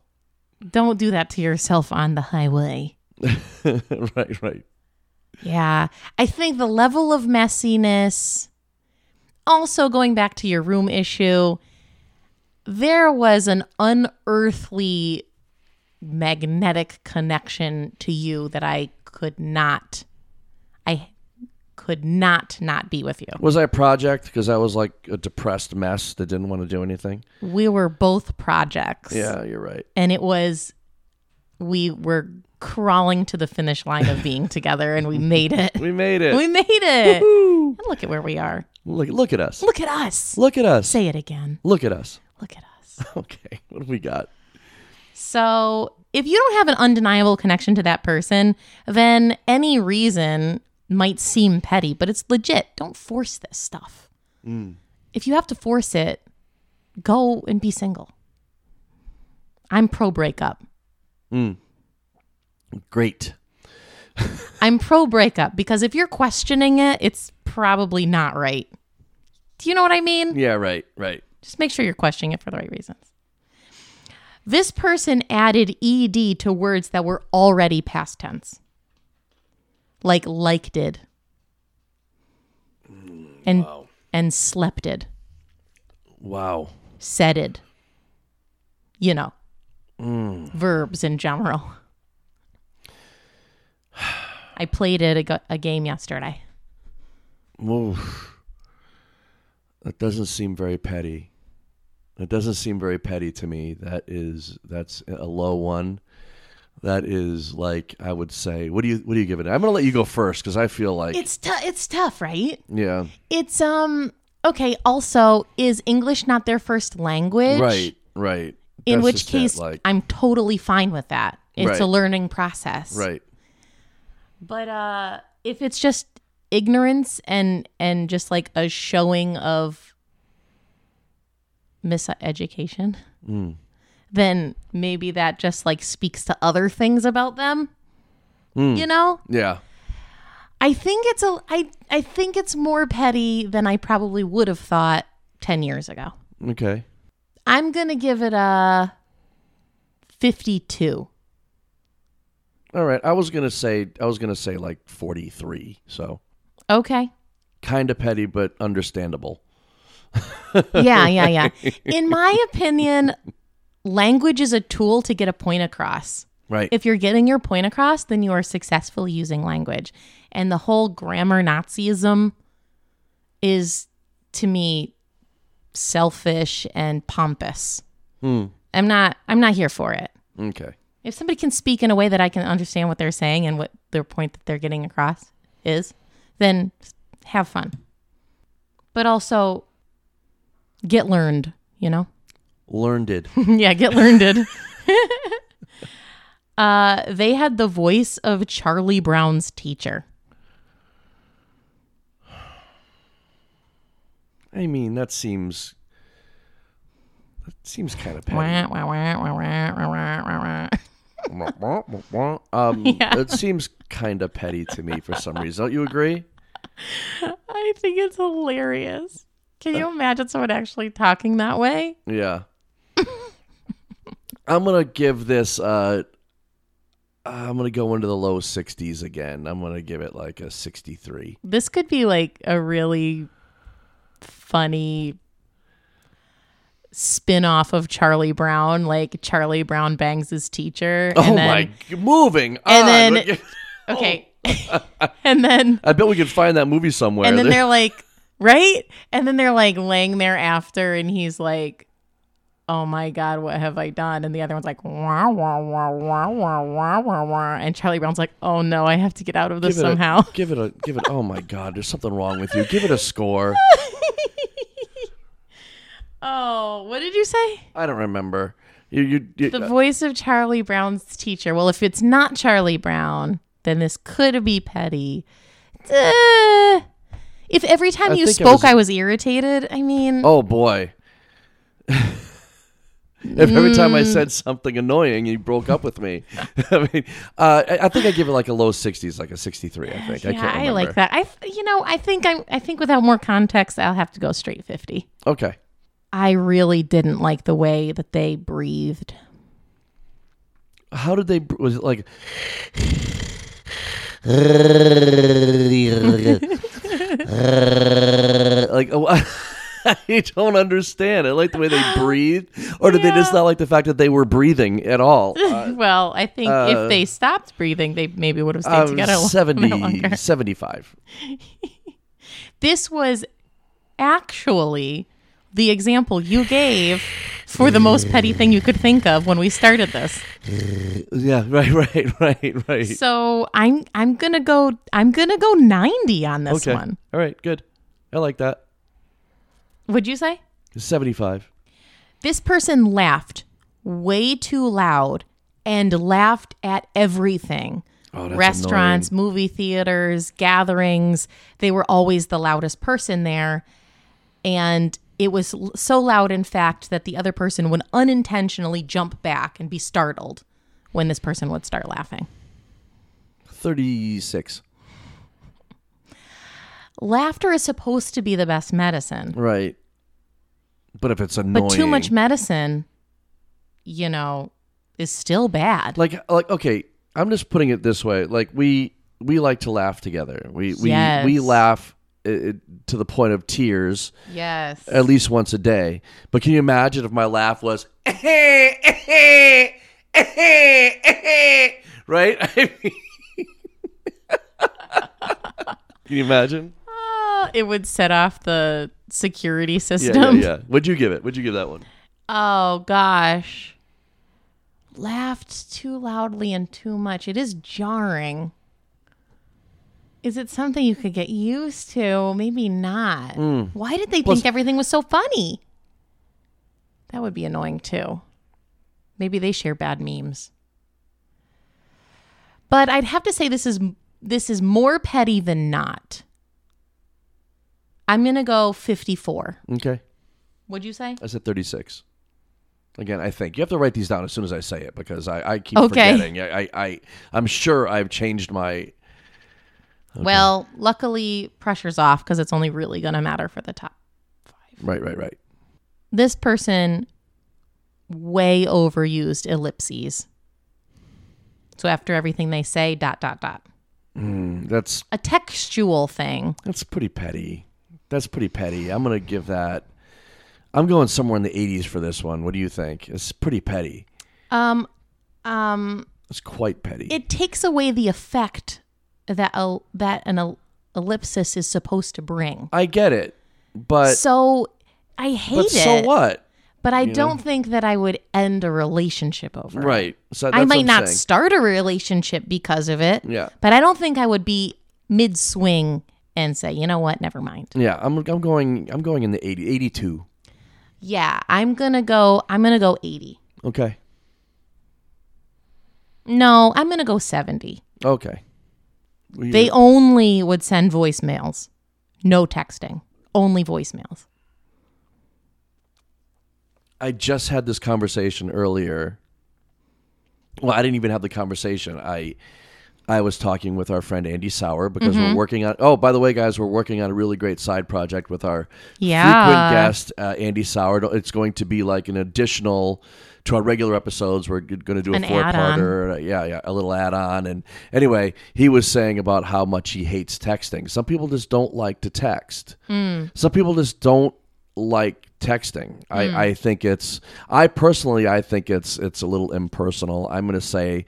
Speaker 2: don't do that to yourself on the highway.
Speaker 1: right, right.
Speaker 2: Yeah. I think the level of messiness, also going back to your room issue, there was an unearthly magnetic connection to you that I could not, I could not not be with you.
Speaker 1: Was I a project? Because I was like a depressed mess that didn't want to do anything.
Speaker 2: We were both projects.
Speaker 1: Yeah, you're right.
Speaker 2: and it was we were crawling to the finish line of being together and we made it
Speaker 1: We made it.
Speaker 2: we made it and look at where we are
Speaker 1: look, look at us.
Speaker 2: look at us
Speaker 1: Look at us.
Speaker 2: say it again
Speaker 1: Look at us.
Speaker 2: look at us
Speaker 1: Okay, what have we got?
Speaker 2: so if you don't have an undeniable connection to that person then any reason might seem petty but it's legit don't force this stuff if you have to force it go and be single i'm pro breakup
Speaker 1: Great.
Speaker 2: I'm pro breakup because if you're questioning it, it's probably not right. Do you know what I mean?
Speaker 1: Yeah, right, right.
Speaker 2: Just make sure you're questioning it for the right reasons. This person added ed to words that were already past tense, like like did, and and slepted,
Speaker 1: Wow.
Speaker 2: setted. You know, verbs in general. I played it a, go- a game yesterday.
Speaker 1: Oof. That doesn't seem very petty. That doesn't seem very petty to me. That is that's a low one. That is like I would say. What do you what do you give it? I'm gonna let you go first because I feel like
Speaker 2: It's tough. It's tough, right?
Speaker 1: yeah
Speaker 2: It's um okay. Also, is English not their first language?
Speaker 1: right right.
Speaker 2: In
Speaker 1: That's
Speaker 2: which
Speaker 1: just it,
Speaker 2: case,
Speaker 1: like
Speaker 2: I'm totally fine with that. It's a
Speaker 1: Right.
Speaker 2: learning process.
Speaker 1: right
Speaker 2: But uh, if it's just ignorance and and just like a showing of miseducation,
Speaker 1: Mm.
Speaker 2: then maybe that just like speaks to other things about them.
Speaker 1: Mm.
Speaker 2: You know.
Speaker 1: yeah
Speaker 2: I think it's a I I think it's more petty than I probably would have thought 10 years ago.
Speaker 1: okay
Speaker 2: I'm going to give it a 52.
Speaker 1: all right. I was gonna say I was gonna say like 43. So
Speaker 2: Okay.
Speaker 1: kind of petty but understandable.
Speaker 2: Yeah, yeah, yeah. In my opinion, language is a tool to get a point across.
Speaker 1: Right.
Speaker 2: If you're getting your point across, then you are successfully using language. And the whole grammar Nazism is, to me, selfish and pompous. I'm not. I'm not here for it.
Speaker 1: okay.
Speaker 2: If somebody can speak in a way that I can understand what they're saying and what their point that they're getting across is, then have fun. But also get learned, you know?
Speaker 1: Learned it.
Speaker 2: yeah, get learned. uh, they had the voice of Charlie Brown's teacher.
Speaker 1: I mean, that seems that seems kind of petty.
Speaker 2: Wah, wah, wah, wah, wah, wah, wah, wah, wah.
Speaker 1: um, it seems kind of petty to me for some reason. Don't you agree?
Speaker 2: I think it's hilarious. Can you imagine someone actually talking that way?
Speaker 1: Yeah. I'm gonna give this. Uh, I'm gonna go into the low 60s again. I'm gonna give it like a 63.
Speaker 2: This could be like a really funny spin off of Charlie Brown. Like Charlie Brown bangs his teacher. And
Speaker 1: oh
Speaker 2: then,
Speaker 1: my! g- Moving. on.
Speaker 2: and then- Okay.
Speaker 1: Oh.
Speaker 2: and then
Speaker 1: I bet we could find that movie somewhere.
Speaker 2: and then they're like right? And then they're like laying there after and he's like Oh my god, what have I done? And the other one's like wah wah wah wah wah wah wah wah and Charlie Brown's like, Oh no, I have to get out of this
Speaker 1: Give it a-
Speaker 2: somehow.
Speaker 1: give it a give it. Oh my God! There's something wrong with you. Give it a score.
Speaker 2: oh, what did you say?
Speaker 1: I don't remember. You you. you
Speaker 2: The voice of Charlie Brown's teacher. Well, if it's not Charlie Brown, then this could be petty. Duh. Eh. If every time
Speaker 1: I
Speaker 2: you
Speaker 1: think I
Speaker 2: spoke, I was,
Speaker 1: was-
Speaker 2: irritated. I mean,
Speaker 1: Oh boy. if every time I
Speaker 2: Mm.
Speaker 1: said something annoying, you broke up with me. I mean, uh, I, I think I give it like a low 60s, like a 63, I think. I
Speaker 2: yeah,
Speaker 1: can't
Speaker 2: I,
Speaker 1: remember.
Speaker 2: like that. I, you know, I think I'm. I think without more context, I'll have to go straight fifty.
Speaker 1: Okay.
Speaker 2: I really didn't like the way that they breathed.
Speaker 1: How did they, was it like, like, oh, I don't understand. I like the way they breathed. Or did they just
Speaker 2: Yeah.
Speaker 1: not like the fact that they were breathing at all?
Speaker 2: well, I think
Speaker 1: uh,
Speaker 2: if they stopped breathing, they maybe would have stayed
Speaker 1: Um,
Speaker 2: together a lot
Speaker 1: 70,
Speaker 2: longer.
Speaker 1: 75.
Speaker 2: This was actually the example you gave for the most petty thing you could think of when we started this.
Speaker 1: Yeah, right, right, right, right.
Speaker 2: So I'm I'm gonna go I'm gonna go ninety on this
Speaker 1: okay.
Speaker 2: one.
Speaker 1: All right, good. I like that.
Speaker 2: Would you say?
Speaker 1: 75.
Speaker 2: This person laughed way too loud and laughed at everything.
Speaker 1: Oh, that's
Speaker 2: Restaurants, movie theaters, gatherings. They were always the loudest person there. And it was l- so loud, in fact, that the other person would unintentionally jump back and be startled when this person would start laughing.
Speaker 1: 36.
Speaker 2: Laughter is supposed to be the best medicine,
Speaker 1: Right. But if it's
Speaker 2: but
Speaker 1: annoying.
Speaker 2: too much medicine, you know, is still bad.
Speaker 1: Like like okay, I'm just putting it this way. Like we we like to laugh together. We we
Speaker 2: Yes.
Speaker 1: we laugh uh, uh, to the point of tears
Speaker 2: Yes.
Speaker 1: at least once a day. But can you imagine if my laugh was right? I mean- can you imagine?
Speaker 2: Uh, it would set off the security
Speaker 1: Yeah,
Speaker 2: system.
Speaker 1: yeah, yeah. Would you give it? Would you give that one?
Speaker 2: Oh gosh. Laughed too loudly and too much. It is jarring. Is it something you could get used to? Maybe not. Why did they think everything was so funny? That would be annoying too. Maybe they share bad memes. But I'd have to say this is this is more petty than not. I'm going to go 54.
Speaker 1: Okay.
Speaker 2: Would you say?
Speaker 1: I said 36. Again, I think you have to write these down as soon as I say it because I, I keep
Speaker 2: Okay.
Speaker 1: forgetting. I, I, I, I'm sure I've changed my.
Speaker 2: Well, luckily, pressure's off because it's only really going to matter for the top.
Speaker 1: Right, right, right.
Speaker 2: This person way overused ellipses. So after everything they say, dot, dot, dot.
Speaker 1: That's
Speaker 2: A textual thing.
Speaker 1: that's pretty petty. That's pretty petty. I'm gonna give that. I'm going somewhere in the 80s for this one. What do you think? It's pretty petty.
Speaker 2: Um, um,
Speaker 1: It's quite petty.
Speaker 2: it takes away the effect that a, that an el- ellipsis is supposed to bring.
Speaker 1: I get it, but
Speaker 2: So I hate
Speaker 1: but
Speaker 2: it,
Speaker 1: so what?
Speaker 2: but I don't think that I would end a relationship over. it.
Speaker 1: Right. So that's
Speaker 2: I
Speaker 1: what
Speaker 2: might
Speaker 1: I'm
Speaker 2: not
Speaker 1: saying.
Speaker 2: start a relationship because of it.
Speaker 1: Yeah.
Speaker 2: But I don't think I would be mid swing and say, you know what, never mind.
Speaker 1: yeah, I'm, I'm going. I'm going in the 80, 82.
Speaker 2: Yeah, I'm gonna go I'm gonna go eighty.
Speaker 1: Okay.
Speaker 2: No, I'm gonna go seventy.
Speaker 1: Okay. We-
Speaker 2: They only would send voicemails. No texting. Only voicemails.
Speaker 1: I just had this conversation earlier. Well, I didn't even have the conversation. I I was talking with our friend Andy Sauer because we're working on. Oh, by the way, guys, we're working on a really great side project with our frequent
Speaker 2: Yeah.
Speaker 1: guest uh, Andy Sauer. It's going to be like an additional to our regular episodes. We're going to do a
Speaker 2: An
Speaker 1: four
Speaker 2: add-on.
Speaker 1: parter. Yeah, yeah, a little add on. And anyway, he was saying about how much he hates texting. Some people just don't like to text.
Speaker 2: Hmm.
Speaker 1: Some people just don't like texting.
Speaker 2: Hmm.
Speaker 1: I, I think it's. I personally, I think it's it's a little impersonal. I'm going to say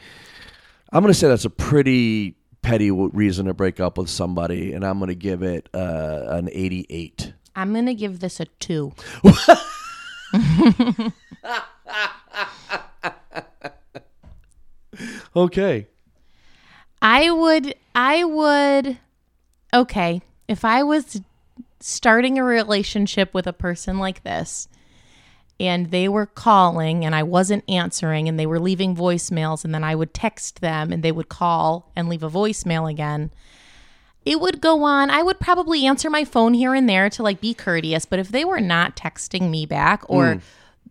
Speaker 1: I'm going to say that's a pretty petty w- reason to break up with somebody, and I'm going to give it uh, an 88.
Speaker 2: I'm gonna give this a two.
Speaker 1: Okay.
Speaker 2: I would I would okay, if I was starting a relationship with a person like this and they were calling and I wasn't answering and they were leaving voicemails and then I would text them and they would call and leave a voicemail again. it would go on. I would probably answer my phone here and there to like be courteous, but if they were not texting me back or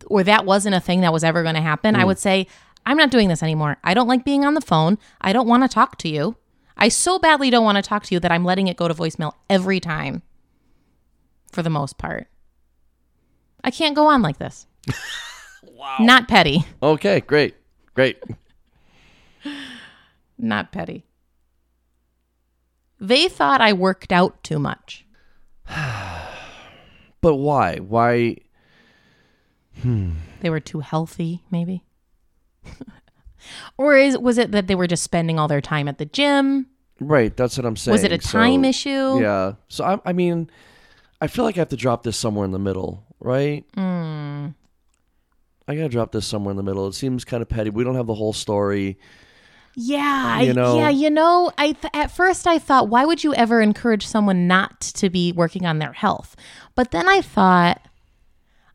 Speaker 2: or that wasn't a thing that was ever going to happen, I would say, "I'm not doing this anymore. I don't like being on the phone. I don't want to talk to you. I so badly don't want to talk to you that I'm letting it go to voicemail every time." For the most part. I can't go on like this. wow. Not petty.
Speaker 1: Okay, great. Great.
Speaker 2: Not petty. They thought I worked out too much.
Speaker 1: But why? Why?
Speaker 2: They were too healthy, maybe. or is was it that they were just spending all their time at the gym?
Speaker 1: Right, that's what I'm saying.
Speaker 2: Was it a time
Speaker 1: So-
Speaker 2: issue?
Speaker 1: Yeah. So I, I mean, I feel like I have to drop this somewhere in the middle, right? Mm.
Speaker 2: Hmm.
Speaker 1: I gotta drop this somewhere in the middle. It seems kind of petty. We don't have the whole story.
Speaker 2: Yeah,
Speaker 1: You
Speaker 2: I,
Speaker 1: know?
Speaker 2: yeah, you know, I th- at first I thought, why would you ever encourage someone not to be working on their health? But then I thought,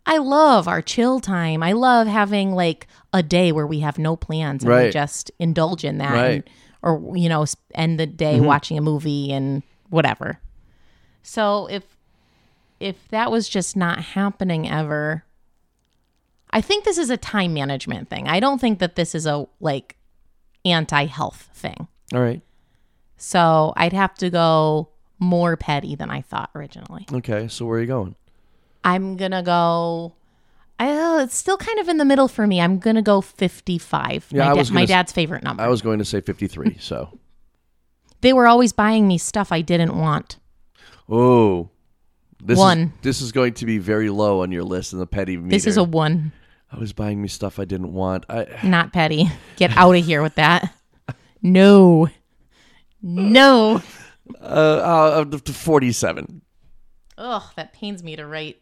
Speaker 2: I love our chill time. I love having like a day where we have no plans and we
Speaker 1: Right.
Speaker 2: just indulge in that,
Speaker 1: Right. Mm-hmm.
Speaker 2: and, or you know, sp- end the day watching a movie and whatever. So if if that was just not happening ever, I think this is a time management thing. I don't think that this is a like anti health thing.
Speaker 1: All right.
Speaker 2: So I'd have to go more petty than I thought originally.
Speaker 1: Okay. So where are you going?
Speaker 2: I'm going to go. Oh, it's still kind of in the middle for me. I'm gonna go 55.
Speaker 1: Yeah,
Speaker 2: my,
Speaker 1: I was
Speaker 2: my
Speaker 1: gonna s-
Speaker 2: dad's favorite number.
Speaker 1: I was going to say 53. So.
Speaker 2: they were always buying me stuff I didn't want.
Speaker 1: Oh. This Is,
Speaker 2: One.
Speaker 1: this is going to be very low on your list in the petty meter.
Speaker 2: This is a one,
Speaker 1: I was buying me stuff I didn't want. I.
Speaker 2: not petty. Get out of here with that. No, no.
Speaker 1: Uh. uh 47.
Speaker 2: Ugh, that pains me to write.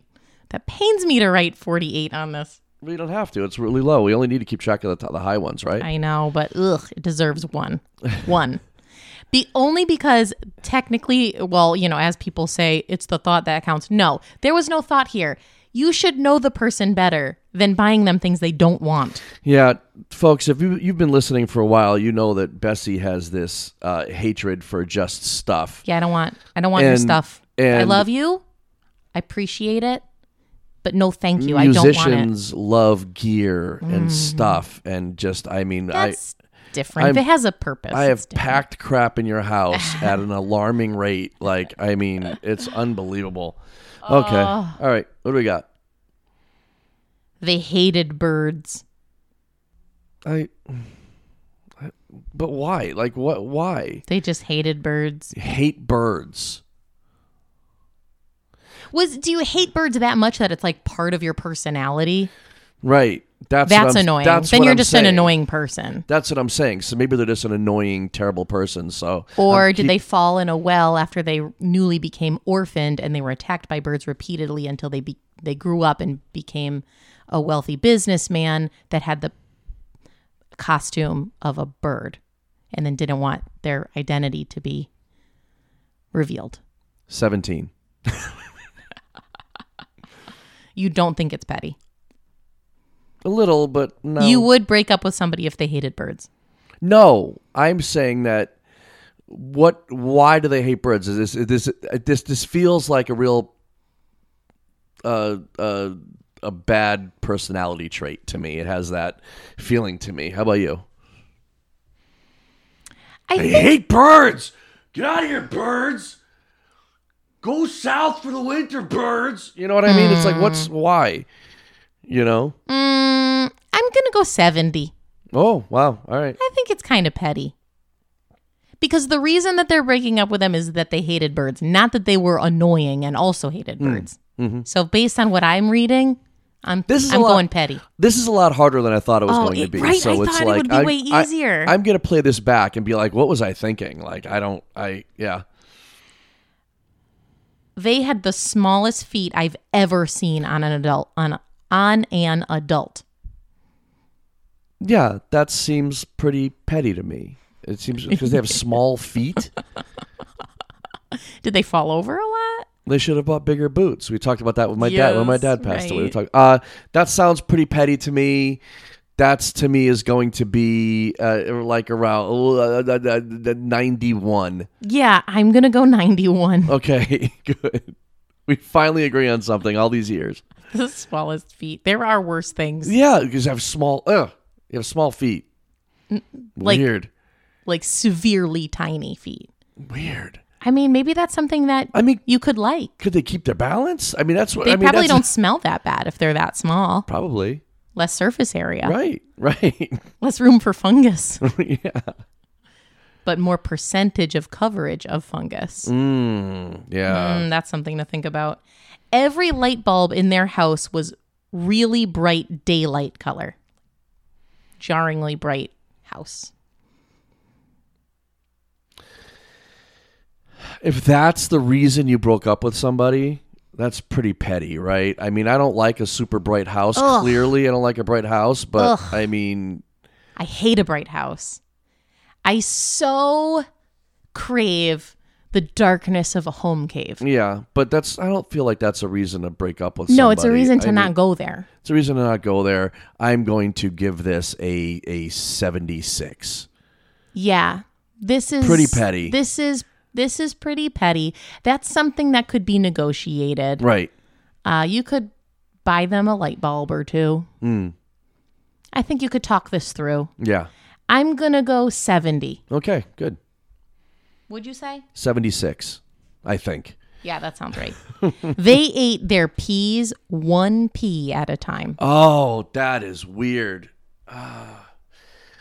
Speaker 2: That pains me to write 48 on this.
Speaker 1: We don't have to. It's really low. We only need to keep track of the, top, the high ones, right?
Speaker 2: I know, but ugh, it deserves one. One. Be only because technically, well, you know, as people say, it's the thought that counts. No, there was no thought here. You should know the person better than buying them things they don't want.
Speaker 1: Yeah, folks, if you, you've been listening for a while, you know that Bessie has this uh, hatred for just stuff.
Speaker 2: Yeah, I don't want I don't want your
Speaker 1: And-
Speaker 2: stuff. I
Speaker 1: and-
Speaker 2: love you. I appreciate it. But no thank you. I don't want it. Mm.
Speaker 1: Musicians love gear and stuff, and just, I mean,
Speaker 2: That's different. if
Speaker 1: I'm-
Speaker 2: it has a purpose.
Speaker 1: I I
Speaker 2: it's
Speaker 1: have
Speaker 2: different.
Speaker 1: packed crap in your house at an alarming rate. Like, I mean, it's unbelievable.
Speaker 2: Oh.
Speaker 1: Okay, all right, what do we got?
Speaker 2: they hated birds.
Speaker 1: I, I- but why? Like, what? Why
Speaker 2: They just hated birds.
Speaker 1: hate birds?
Speaker 2: Was do you hate birds that much that it's like part of your personality?
Speaker 1: Right. That's what
Speaker 2: That's
Speaker 1: I'm-
Speaker 2: annoying.
Speaker 1: That's
Speaker 2: then
Speaker 1: what
Speaker 2: you're
Speaker 1: I'm
Speaker 2: just an
Speaker 1: saying.
Speaker 2: annoying person.
Speaker 1: That's what I'm saying. So maybe they're just an annoying, terrible person. So
Speaker 2: Or
Speaker 1: I'm
Speaker 2: did
Speaker 1: keep-
Speaker 2: they fall in a well after they newly became orphaned and they were attacked by birds repeatedly until they be- they grew up and became a wealthy businessman that had the costume of a bird and then didn't want their identity to be revealed.
Speaker 1: seventeen?
Speaker 2: You don't think it's petty.
Speaker 1: A little, but no.
Speaker 2: You would break up with somebody if they hated birds.
Speaker 1: no, I'm saying that. What? Why do they hate birds? Is this? Is this? uh, This? This feels like a real, uh, uh, a bad personality trait to me. It has that feeling to me. How about you?
Speaker 2: I
Speaker 1: I
Speaker 2: think
Speaker 1: hate birds. Get out of here, birds. Go south for the winter, birds. You know what I mean? It's like,
Speaker 2: Hmm.
Speaker 1: what's why? You know?
Speaker 2: mm, I'm going to go 70.
Speaker 1: Oh, wow. All right.
Speaker 2: I think it's kind of petty. Because the reason that they're breaking up with them is that they hated birds, not that they were annoying and also
Speaker 1: Mm.
Speaker 2: hated birds. So based on what I'm reading, I'm
Speaker 1: Mm-hmm. This is a
Speaker 2: I'm
Speaker 1: lot-
Speaker 2: going petty.
Speaker 1: This is a lot harder than I thought it was
Speaker 2: Oh,
Speaker 1: going to
Speaker 2: it-
Speaker 1: be.
Speaker 2: right,
Speaker 1: So
Speaker 2: I
Speaker 1: it's
Speaker 2: thought it
Speaker 1: like
Speaker 2: would be
Speaker 1: I-
Speaker 2: way
Speaker 1: I,
Speaker 2: easier.
Speaker 1: I'm gonna play this back and be like, what was I thinking? Like, I don't. I yeah.
Speaker 2: They had the smallest feet I've ever seen on an adult on on an adult.
Speaker 1: Yeah, that seems pretty petty to me. It seems because they have small feet.
Speaker 2: Did they fall over a lot?
Speaker 1: They should have bought bigger boots. We talked about that with my dad when my
Speaker 2: Yes,
Speaker 1: dad passed away. We
Speaker 2: right.
Speaker 1: talked. Uh, that sounds pretty petty to me. that's to me is going to be uh, like around uh, uh, uh, uh, 91.
Speaker 2: Yeah, I'm going to go
Speaker 1: Oh.
Speaker 2: 91.
Speaker 1: Okay, good. We finally agree on something all these years.
Speaker 2: the smallest feet. There are worse things
Speaker 1: Yeah, because I have small, ugh, you have small feet.
Speaker 2: like-
Speaker 1: Weird.
Speaker 2: like severely tiny feet.
Speaker 1: Weird.
Speaker 2: I mean, maybe that's something that
Speaker 1: I mean,
Speaker 2: you could like.
Speaker 1: could they keep their balance? I mean, that's what
Speaker 2: They
Speaker 1: I mean.
Speaker 2: probably
Speaker 1: that's-
Speaker 2: don't smell that bad if they're that small.
Speaker 1: Probably.
Speaker 2: Less surface area,
Speaker 1: Right, right.
Speaker 2: less room for fungus,
Speaker 1: yeah.
Speaker 2: but more percentage of coverage of fungus.
Speaker 1: Mm, yeah.
Speaker 2: Mm, that's something to think about. Every light bulb in their house was really bright daylight color. Jarringly bright house.
Speaker 1: If that's the reason you broke up with somebody, that's pretty petty, right? I mean, I don't like a super bright house.
Speaker 2: Ugh.
Speaker 1: Clearly, I don't like a bright house, but
Speaker 2: Ugh.
Speaker 1: I mean,
Speaker 2: I hate a bright house. I so crave the darkness of a home cave.
Speaker 1: yeah. But that's I don't feel like that's a reason to break up with.
Speaker 2: No, it's a
Speaker 1: somebody.
Speaker 2: reason to
Speaker 1: I
Speaker 2: not
Speaker 1: mean,
Speaker 2: go there.
Speaker 1: it's a reason to not go there. I'm going to give this a a 76.
Speaker 2: Yeah. This is
Speaker 1: Pretty petty.
Speaker 2: This is this is pretty petty. That's something that could be negotiated.
Speaker 1: Right.
Speaker 2: Uh, you could buy them a light bulb or two.
Speaker 1: Hmm.
Speaker 2: I think you could talk this through.
Speaker 1: Yeah.
Speaker 2: I'm going to go 70.
Speaker 1: Okay. Good.
Speaker 2: Would you say?
Speaker 1: 76. I think.
Speaker 2: Yeah, that sounds right. they ate their peas one pea at a time.
Speaker 1: Oh, that is weird. Ah.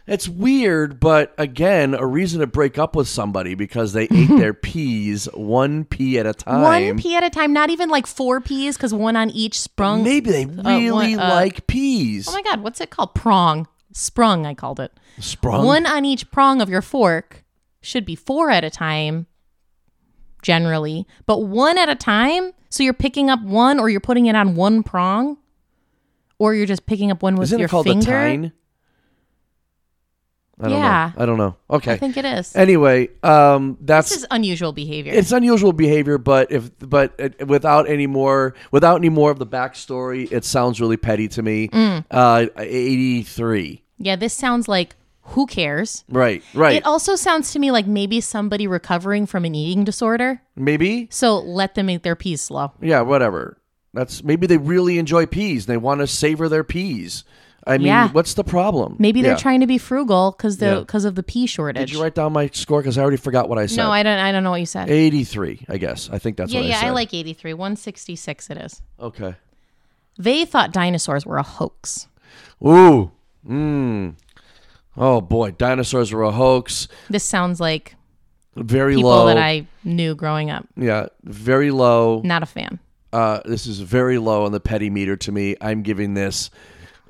Speaker 1: it's weird, but again, a reason to break up with somebody because they ate their peas one pea at a time.
Speaker 2: One pea at a time, not even like four peas because one on each sprung.
Speaker 1: Maybe they really
Speaker 2: one- uh,
Speaker 1: like peas.
Speaker 2: oh my God, what's it called? Prong. Sprung, I called it.
Speaker 1: Sprung.
Speaker 2: One on each prong of your fork should be four at a time, generally, but one at a time. So you're picking up one, or you're putting it on one prong, or you're just picking up one with
Speaker 1: Isn't
Speaker 2: your
Speaker 1: it called
Speaker 2: finger.
Speaker 1: a tine? I don't
Speaker 2: Yeah.
Speaker 1: know. I don't know. Okay.
Speaker 2: I think it is.
Speaker 1: anyway, um, that's
Speaker 2: this is unusual behavior.
Speaker 1: it's unusual behavior, but if but it, without any more without any more of the backstory, it sounds really petty to me.
Speaker 2: Mm.
Speaker 1: Uh, eighty three.
Speaker 2: yeah, this sounds like who cares.
Speaker 1: Right. Right.
Speaker 2: It also sounds to me like maybe somebody recovering from an eating disorder.
Speaker 1: Maybe.
Speaker 2: So let them eat their peas slow.
Speaker 1: Yeah, whatever. That's maybe they really enjoy peas. They want to savor their peas. I mean,
Speaker 2: Yeah.
Speaker 1: what's the problem?
Speaker 2: Maybe they're
Speaker 1: Yeah.
Speaker 2: trying to be frugal because
Speaker 1: Yeah.
Speaker 2: the because of the pea shortage.
Speaker 1: Did you write down my score? Because I already forgot what I said.
Speaker 2: no, I don't. I don't know what you said.
Speaker 1: eighty-three. I guess. I think that's
Speaker 2: yeah,
Speaker 1: what I
Speaker 2: yeah,
Speaker 1: said.
Speaker 2: I like 83. 166 it is.
Speaker 1: Okay.
Speaker 2: They thought dinosaurs were a hoax.
Speaker 1: Ooh. Mmm. Oh boy, dinosaurs were a hoax.
Speaker 2: This sounds like
Speaker 1: Very
Speaker 2: people
Speaker 1: low.
Speaker 2: that I knew growing up.
Speaker 1: yeah, very low.
Speaker 2: Not a fan.
Speaker 1: Uh, this is very low on the petty meter to me. I'm giving this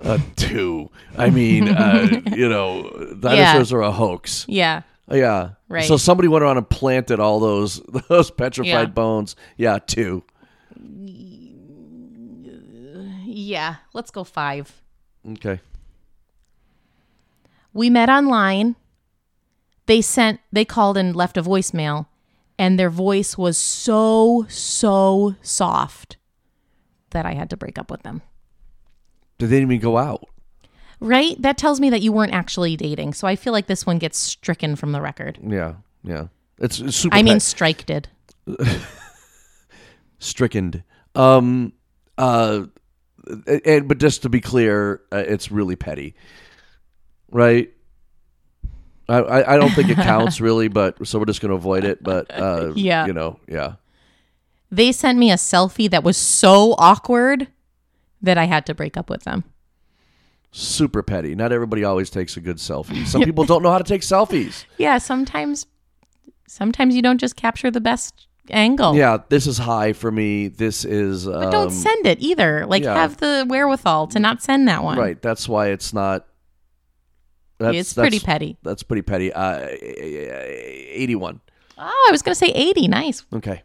Speaker 1: a two. I mean, uh, you know, dinosaurs are a hoax. Uh,
Speaker 2: Yeah.
Speaker 1: Yeah.
Speaker 2: Right.
Speaker 1: So somebody went around and planted all those those petrified
Speaker 2: Yeah.
Speaker 1: bones. Yeah, two.
Speaker 2: Yeah. Let's go 5.
Speaker 1: Okay.
Speaker 2: We met online. They sent they called and left a voicemail and their voice was so so soft that I had to break up with them.
Speaker 1: They didn't even go out.
Speaker 2: Right? That tells me that you weren't actually dating. So I feel like this one gets stricken from the record.
Speaker 1: Yeah. Yeah. It's, it's super
Speaker 2: I mean,
Speaker 1: pet-
Speaker 2: strike did.
Speaker 1: stricken. Um uh and but just to be clear, uh, it's really petty. Right? I, I, I don't think it counts really, but so we're just going to avoid it. But uh,
Speaker 2: Yeah.
Speaker 1: you know, yeah,
Speaker 2: They sent me a selfie that was so awkward that I had to break up with them.
Speaker 1: super petty. Not everybody always takes a good selfie. Some people don't know how to take selfies.
Speaker 2: Yeah, sometimes sometimes you don't just capture the best angle.
Speaker 1: Yeah, this is high for me. This is um,
Speaker 2: But don't send it either. Like
Speaker 1: yeah.
Speaker 2: have the wherewithal to not send that one.
Speaker 1: Right. That's why it's not. That's,
Speaker 2: it's pretty
Speaker 1: that's-
Speaker 2: petty.
Speaker 1: That's pretty petty. Uh, eighty-one.
Speaker 2: Oh, I was going to say 80. Nice.
Speaker 1: Okay.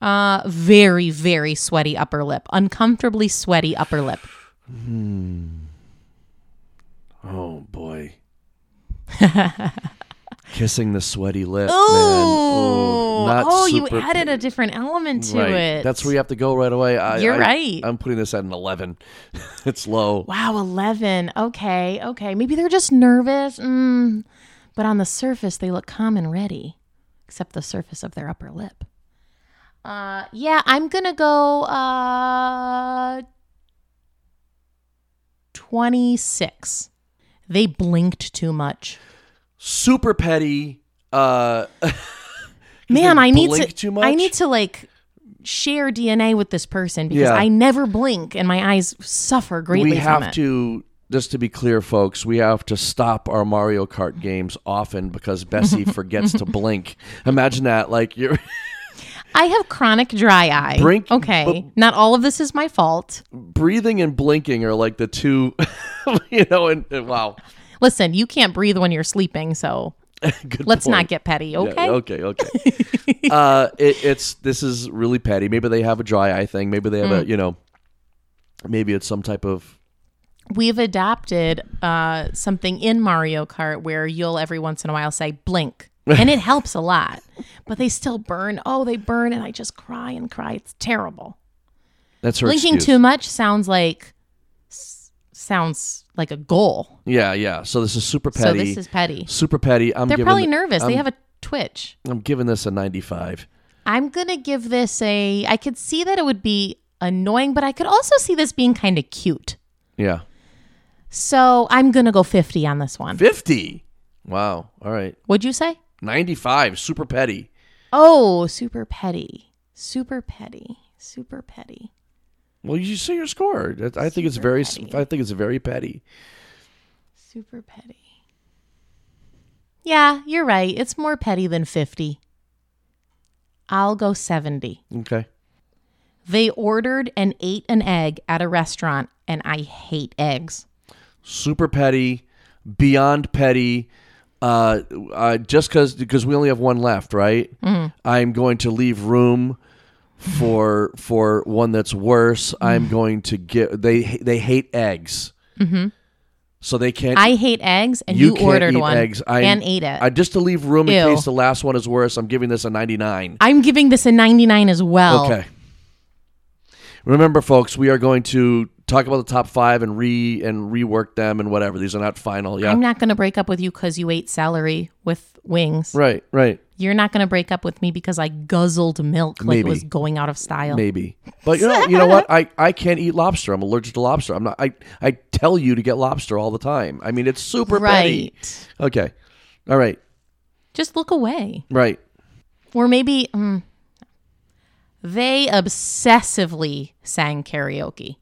Speaker 2: Uh very very sweaty upper lip. Uncomfortably sweaty upper lip.
Speaker 1: Oh boy. kissing the sweaty lip. man.
Speaker 2: Oh,
Speaker 1: Ooh, not
Speaker 2: oh, you
Speaker 1: super-
Speaker 2: added a different element to
Speaker 1: right.
Speaker 2: it.
Speaker 1: That's where you have to go right away. I,
Speaker 2: You're
Speaker 1: I-
Speaker 2: right.
Speaker 1: I'm putting this at an 11. it's low.
Speaker 2: Wow, 11. Okay, okay. Maybe they're just nervous. Mm. But on the surface, they look calm and ready, except the surface of their upper lip. Uh, yeah, I'm going to go uh, 26. They blinked too much.
Speaker 1: Super petty. Uh,
Speaker 2: Man,
Speaker 1: they
Speaker 2: I need to
Speaker 1: blink too much?
Speaker 2: I need to like share DNA with this person because
Speaker 1: Yeah.
Speaker 2: I never blink and my eyes suffer greatly
Speaker 1: we have
Speaker 2: from it.
Speaker 1: to just to be clear folks we have to stop our mario kart games often because bessie forgets to blink imagine that like you're
Speaker 2: I have chronic dry eye.
Speaker 1: Brink-
Speaker 2: okay.
Speaker 1: Oh.
Speaker 2: Not all of this is my fault.
Speaker 1: breathing and blinking are like the two you know and, and wow
Speaker 2: Listen, you can't breathe when you're sleeping, so
Speaker 1: Good
Speaker 2: let's
Speaker 1: point.
Speaker 2: not get petty,
Speaker 1: Yeah,
Speaker 2: okay?
Speaker 1: okay okay uh it, it's this is really petty maybe they have a dry eye thing maybe they have
Speaker 2: Mm.
Speaker 1: a you know maybe it's some type of
Speaker 2: We've adopted uh, something in Mario Kart where you'll every once in a while say blink, and it helps a lot. But they still burn. Oh, they burn, and I just cry and cry. It's terrible.
Speaker 1: that's her
Speaker 2: Blinking
Speaker 1: excuse.
Speaker 2: too much sounds like s- sounds like a goal.
Speaker 1: yeah yeah so this is super
Speaker 2: So
Speaker 1: petty
Speaker 2: this is petty.
Speaker 1: super petty i'm
Speaker 2: They're
Speaker 1: giving
Speaker 2: probably nervous. they
Speaker 1: I'm-
Speaker 2: have a twitch.
Speaker 1: i'm giving this a 95
Speaker 2: I'm going to give this a. I could see that it would be annoying, but I could also see this being kind of cute.
Speaker 1: yeah
Speaker 2: So I'm going to go 50 on this one.
Speaker 1: 50. Wow. All right.
Speaker 2: Would you say?
Speaker 1: 95. Super petty.
Speaker 2: Oh, super petty. Super petty. Super petty.
Speaker 1: Well, you see your score. That- I think it's very. s- I think it's very petty.
Speaker 2: Super petty. Yeah, you're right. It's more petty than 50. I'll go 70.
Speaker 1: Okay.
Speaker 2: They ordered and ate an egg at a restaurant, and I hate eggs.
Speaker 1: Super petty. Beyond petty. Uh, uh just because because we only have one left, right?
Speaker 2: Mm-hmm.
Speaker 1: I'm going to leave room for for one that's worse.
Speaker 2: Mm-hmm.
Speaker 1: I'm going to get they they hate eggs, mm-hmm. so they can't.
Speaker 2: I hate eggs, and
Speaker 1: You
Speaker 2: you,
Speaker 1: can't
Speaker 2: ordered
Speaker 1: eat
Speaker 2: one
Speaker 1: eggs. I-
Speaker 2: and ate it.
Speaker 1: I just to leave room in
Speaker 2: Ew.
Speaker 1: case the last one is worse. I'm giving this a 99.
Speaker 2: I'm giving this a 99 as well.
Speaker 1: Okay. Remember, folks, we are going to talk about the top five and re and rework them and whatever. These are not final. Yeah.
Speaker 2: I'm not going to break up with you because you ate celery with wings.
Speaker 1: right. Right.
Speaker 2: You're not going to break up with me because I guzzled milk like
Speaker 1: Maybe.
Speaker 2: it was going out of style.
Speaker 1: Maybe. But you know, you know what? I, I can't eat lobster. I'm allergic to lobster. I'm not. I I tell you to get lobster all the time. I mean, it's super
Speaker 2: Right.
Speaker 1: petty. Okay. All right.
Speaker 2: Just look away.
Speaker 1: Right.
Speaker 2: Or maybe mm, they obsessively sang karaoke.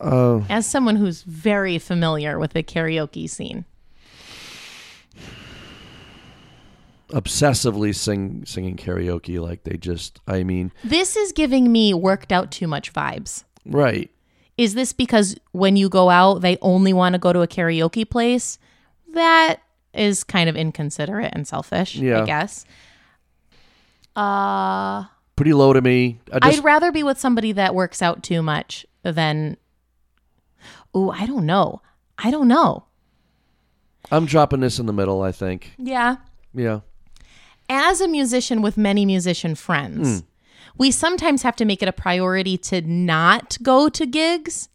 Speaker 1: Uh,
Speaker 2: As someone who's very familiar with the karaoke scene,
Speaker 1: obsessively sing singing karaoke like they just. I mean,
Speaker 2: this is giving me worked out too much vibes.
Speaker 1: right.
Speaker 2: Is this because when you go out, they only want to go to a karaoke place? That is kind of inconsiderate and selfish,
Speaker 1: Yeah.
Speaker 2: I guess. Uh,
Speaker 1: Pretty low to me. I just
Speaker 2: I'd rather be with somebody that works out too much than. Oh, I don't know. I don't know.
Speaker 1: I'm dropping this in the middle. I think.
Speaker 2: Yeah.
Speaker 1: Yeah.
Speaker 2: as a musician with many musician friends,
Speaker 1: Hmm.
Speaker 2: we sometimes have to make it a priority to not go to gigs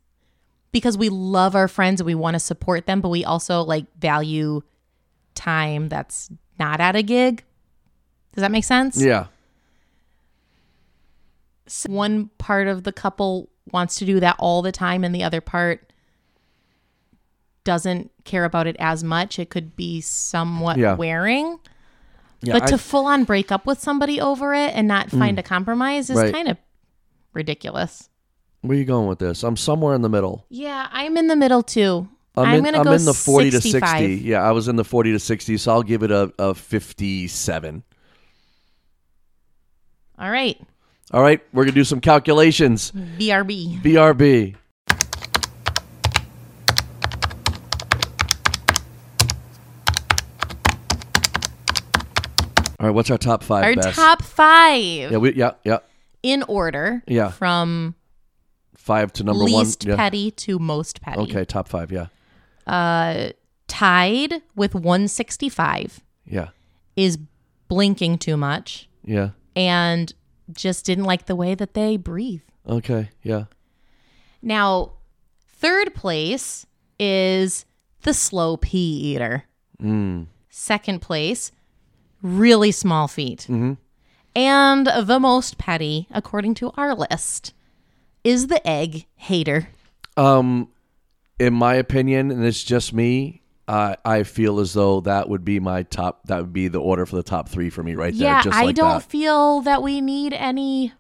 Speaker 2: because we love our friends and we want to support them, but we also like value time that's not at a gig. Does that make sense?
Speaker 1: Yeah.
Speaker 2: So one part of the couple wants to do that all the time and the other part doesn't care about it as much. It could be somewhat
Speaker 1: Yeah.
Speaker 2: wearing.
Speaker 1: Yeah.
Speaker 2: but
Speaker 1: I- Mm.
Speaker 2: to full on break up with somebody over it and not find a compromise is
Speaker 1: Right.
Speaker 2: kind of ridiculous.
Speaker 1: Where are you going with this? I'm somewhere in the middle.
Speaker 2: Yeah, I'm in the middle too.
Speaker 1: I'm, in,
Speaker 2: gonna
Speaker 1: I'm
Speaker 2: go
Speaker 1: in the 40 to
Speaker 2: 65.
Speaker 1: 60. Yeah, I was in the 40 to 60, so I'll give it a, a 57.
Speaker 2: All right,
Speaker 1: All right, we're going to do some calculations.
Speaker 2: BRB.
Speaker 1: BRB. All right, what's our top five
Speaker 2: Our
Speaker 1: best?
Speaker 2: top five
Speaker 1: yeah, we, yeah, yeah.
Speaker 2: in order.
Speaker 1: Yeah.
Speaker 2: From
Speaker 1: Five to number
Speaker 2: least
Speaker 1: one. Yeah.
Speaker 2: petty to most petty.
Speaker 1: Okay, top five, yeah.
Speaker 2: uh, tied with 165
Speaker 1: Yeah.
Speaker 2: is blinking too much
Speaker 1: Yeah.
Speaker 2: and just didn't like the way that they breathe.
Speaker 1: Okay. Yeah.
Speaker 2: Now, third place is the slow pea eater. Second place, really small feet.
Speaker 1: Mm-hmm.
Speaker 2: And the most petty, according to our list, is the egg hater.
Speaker 1: Um, in my opinion, and it's just me. I I feel as though that would be my top. That would be the order for the top three for me right
Speaker 2: yeah,
Speaker 1: there. Just
Speaker 2: I
Speaker 1: like
Speaker 2: don't
Speaker 1: that.
Speaker 2: feel that we need any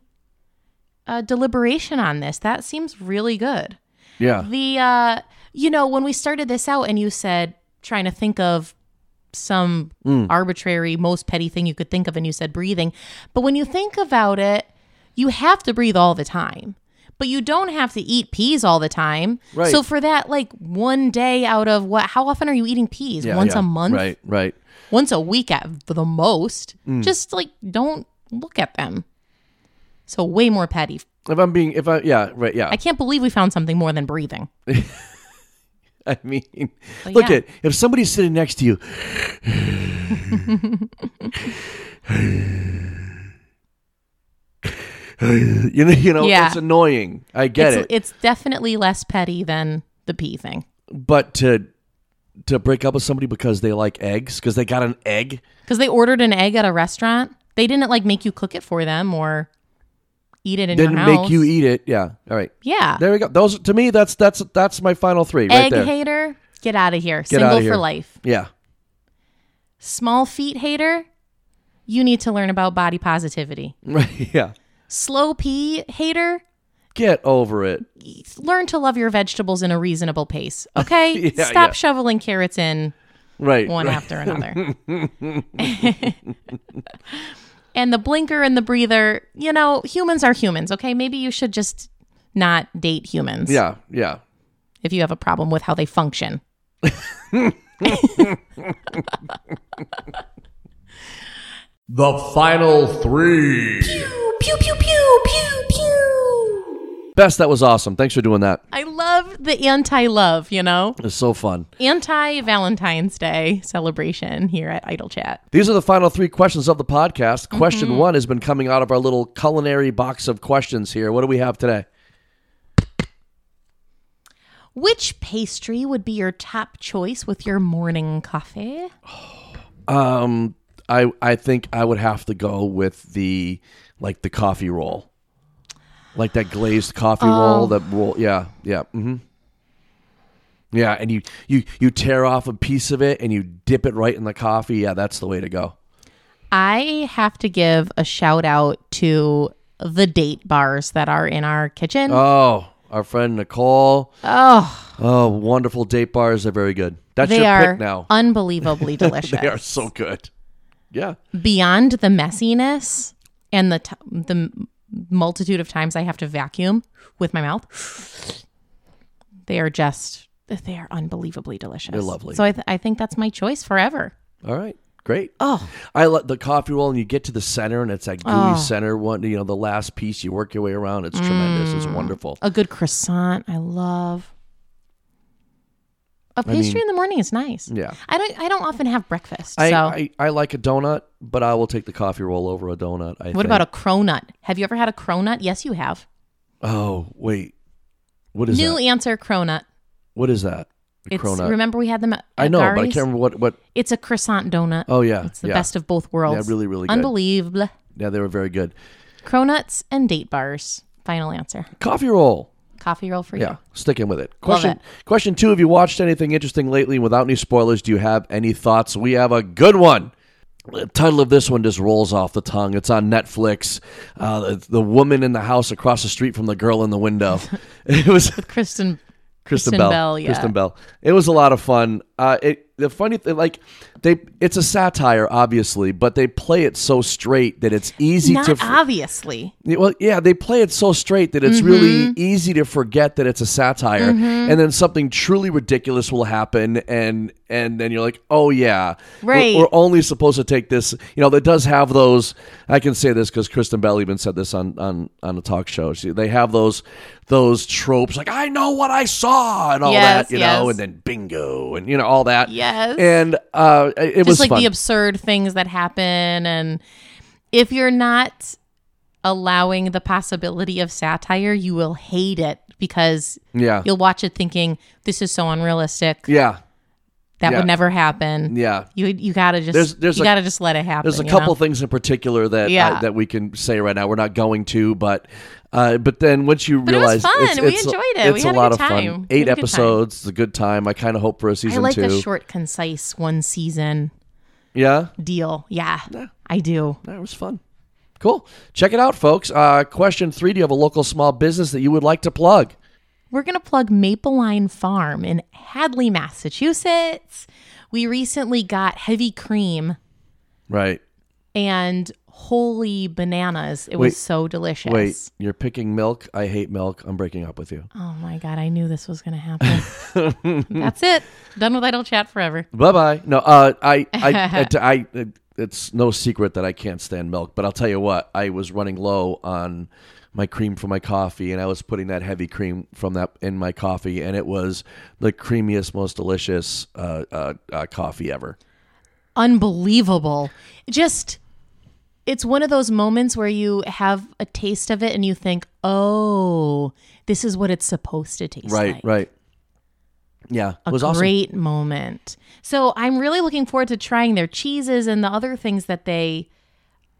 Speaker 2: uh, deliberation on this. That seems really good.
Speaker 1: Yeah.
Speaker 2: The uh you know, when we started this out and you said trying to think of some
Speaker 1: Mm.
Speaker 2: arbitrary most petty thing you could think of and you said breathing, but when you think about it, you have to breathe all the time. But you don't have to eat peas all the time.
Speaker 1: Right.
Speaker 2: So for that like one day out of what how often are you eating peas?
Speaker 1: Yeah,
Speaker 2: Once
Speaker 1: yeah.
Speaker 2: a month?
Speaker 1: Right. Mm. Right.
Speaker 2: Once a week at for the most. Just like don't look at them. So way more petty.
Speaker 1: If I'm being, if I, yeah, right, yeah.
Speaker 2: I can't believe we found something more than breathing.
Speaker 1: I mean, look
Speaker 2: yeah.
Speaker 1: at if somebody's sitting next to you. you know, you know,
Speaker 2: Yeah.
Speaker 1: it's annoying. I get
Speaker 2: it's,
Speaker 1: it,
Speaker 2: it's definitely less petty than the pea thing
Speaker 1: but to to break up with somebody because they like eggs, because they got an egg.
Speaker 2: because they ordered an egg at a restaurant. They didn't like make you cook it for them or eat it in
Speaker 1: Didn't
Speaker 2: your house.
Speaker 1: make you eat it. Yeah. All right.
Speaker 2: Yeah,
Speaker 1: There we go. Those to me, that's that's that's my final three right
Speaker 2: egg
Speaker 1: there.
Speaker 2: hater, get out of here.
Speaker 1: outta
Speaker 2: Single
Speaker 1: here.
Speaker 2: for life.
Speaker 1: yeah.
Speaker 2: Small feet hater, you need to learn about body positivity.
Speaker 1: Right. Yeah.
Speaker 2: Slow pea hater,
Speaker 1: Get over it.
Speaker 2: learn to love your vegetables in a reasonable pace. Okay,
Speaker 1: Yeah,
Speaker 2: stop
Speaker 1: yeah.
Speaker 2: shoveling carrots in
Speaker 1: Right.
Speaker 2: one
Speaker 1: right.
Speaker 2: after another. and the blinker and the breather, you know, humans are humans, okay? Maybe you should just not date humans
Speaker 1: Yeah. Yeah.
Speaker 2: if you have a problem with how they function.
Speaker 3: The final three.
Speaker 2: Pew, pew, pew, pew, pew.
Speaker 1: Best. That was awesome. Thanks for doing that.
Speaker 2: I love the anti love, you know?
Speaker 1: It's so fun.
Speaker 2: Anti Valentine's Day celebration here at Idle Chat.
Speaker 1: These are the final three questions of the podcast. Question
Speaker 2: Mm-hmm.
Speaker 1: one has been coming out of our little culinary box of questions here. What do we have today?
Speaker 2: Which pastry would be your top choice with your morning coffee?
Speaker 1: Um, I I think I would have to go with the like the coffee roll, like that glazed coffee roll.
Speaker 2: Oh.
Speaker 1: That roll, yeah, yeah, hmm yeah. And you you you tear off a piece of it and you dip it right in the coffee. Yeah, that's the way to go.
Speaker 2: I have to give a shout out to the date bars that are in our kitchen.
Speaker 1: Oh, our friend Nicole.
Speaker 2: oh,
Speaker 1: Oh, wonderful date bars. They're very good. That's
Speaker 2: they
Speaker 1: your
Speaker 2: are
Speaker 1: pick now.
Speaker 2: unbelievably delicious.
Speaker 1: They are so good. Yeah.
Speaker 2: Beyond the messiness and the t- the m- multitude of times I have to vacuum with my mouth, they are just they are unbelievably delicious. They're
Speaker 1: lovely.
Speaker 2: So I, th- I think that's my choice forever.
Speaker 1: All right. Great.
Speaker 2: Oh,
Speaker 1: I let the coffee roll, and you get to the center, and it's that gooey center one. You know, the last piece. You work your way around. It's tremendous.
Speaker 2: Mm.
Speaker 1: It's wonderful.
Speaker 2: a good croissant. I love. A pastry in the morning is nice.
Speaker 1: Yeah.
Speaker 2: I don't. I don't often have breakfast.
Speaker 1: I,
Speaker 2: so,
Speaker 1: I, I like a donut, but I will take the coffee roll over a donut. I
Speaker 2: what about a cronut? Have you ever had a cronut? Yes, you have.
Speaker 1: Oh wait, what is
Speaker 2: New
Speaker 1: that?
Speaker 2: answer, cronut.
Speaker 1: What is that? A
Speaker 2: It's
Speaker 1: cronut.
Speaker 2: remember we had them. At,
Speaker 1: I
Speaker 2: at
Speaker 1: know, but I
Speaker 2: Gary's?
Speaker 1: can't remember what. What?
Speaker 2: It's a croissant donut.
Speaker 1: Oh yeah,
Speaker 2: it's the
Speaker 1: yeah.
Speaker 2: best of both worlds.
Speaker 1: really, really good.
Speaker 2: unbelievable.
Speaker 1: Yeah, they were very good.
Speaker 2: Cronuts and date bars. Final answer.
Speaker 1: Coffee roll.
Speaker 2: Coffee roll for
Speaker 1: Yeah,
Speaker 2: you.
Speaker 1: sticking with it. Question
Speaker 2: it.
Speaker 1: question two: Have you watched anything interesting lately? Without any spoilers, do you have any thoughts? We have a good one. The title of this one just rolls off the tongue. It's on Netflix. Uh, the, the woman in the house across the street from the girl in the window. it was
Speaker 2: Kristen.
Speaker 1: Kristen
Speaker 2: Kristen
Speaker 1: Bell.
Speaker 2: Bell, yeah.
Speaker 1: Kristen Bell. It was a lot of fun. Uh, it the funny thing, like they, it's a satire, obviously, but they play it so straight that it's easy
Speaker 2: Not
Speaker 1: to. f-
Speaker 2: obviously.
Speaker 1: Yeah, Well, yeah, they play it so straight that it's
Speaker 2: Mm-hmm.
Speaker 1: really easy to forget that it's a satire, and then something truly ridiculous will happen, and and then you're like, oh yeah, we're-
Speaker 2: Right.
Speaker 1: We're, only supposed to take this. You know, that does have those. I can say this because Kristen Bell even said this on on on a talk show. She, they have those those tropes like I know what I saw and all
Speaker 2: Yes,
Speaker 1: that, you know,
Speaker 2: yes.
Speaker 1: and then bingo and you know all that.
Speaker 2: Yes.
Speaker 1: and uh, it
Speaker 2: Just
Speaker 1: was
Speaker 2: like
Speaker 1: fun.
Speaker 2: the absurd things that happen. And if you're not allowing the possibility of satire, you will hate it because
Speaker 1: yeah,
Speaker 2: you'll watch it thinking, this is so unrealistic.
Speaker 1: yeah,
Speaker 2: that
Speaker 1: yeah.
Speaker 2: would never happen.
Speaker 1: yeah.
Speaker 2: You you gotta just
Speaker 1: There's- there's
Speaker 2: you
Speaker 1: a-
Speaker 2: gotta just let it happen.
Speaker 1: There's a
Speaker 2: you
Speaker 1: couple
Speaker 2: know?
Speaker 1: things in particular that I-
Speaker 2: Yeah.
Speaker 1: that we can say right now. We're not going to, but uh, but then once you
Speaker 2: it was
Speaker 1: realize
Speaker 2: fun.
Speaker 1: it's,
Speaker 2: We
Speaker 1: it's-
Speaker 2: enjoyed it. We
Speaker 1: It's
Speaker 2: had
Speaker 1: a
Speaker 2: a
Speaker 1: lot
Speaker 2: good
Speaker 1: of
Speaker 2: time.
Speaker 1: fun.
Speaker 2: We had
Speaker 1: Eight
Speaker 2: a good time.
Speaker 1: episodes. It's a good time. I kind of hope for a
Speaker 2: I
Speaker 1: season
Speaker 2: like
Speaker 1: two.
Speaker 2: a short, concise one season
Speaker 1: yeah,
Speaker 2: deal. Yeah, I do.
Speaker 1: that was fun. Cool. Check it out, folks. Uh, question three: Do you have a local small business that you would like to plug?
Speaker 2: We're gonna plug Mapleline Farm in Hadley, Massachusetts. We recently got heavy cream
Speaker 1: Right.
Speaker 2: and holy bananas. It
Speaker 1: Wait.
Speaker 2: was so delicious.
Speaker 1: Wait, you're picking milk. I hate milk. I'm breaking up with you.
Speaker 2: Oh my god, I knew this was gonna happen. That's it. Done with idle chat forever.
Speaker 1: Bye bye. No, uh, I, I, I, I, it's no secret that I can't stand milk, but I'll tell you what, I was running low on my cream for my coffee, and I was putting that heavy cream from that in my coffee, and it was the creamiest, most delicious uh, uh, uh, coffee ever.
Speaker 2: unbelievable. Just it's one of those moments where you have a taste of it and you think, "Oh, this is what it's supposed to taste
Speaker 1: Right,
Speaker 2: like."
Speaker 1: right. Yeah, it was awesome.
Speaker 2: Great moment. So I'm really looking forward to trying their cheeses and the other things that they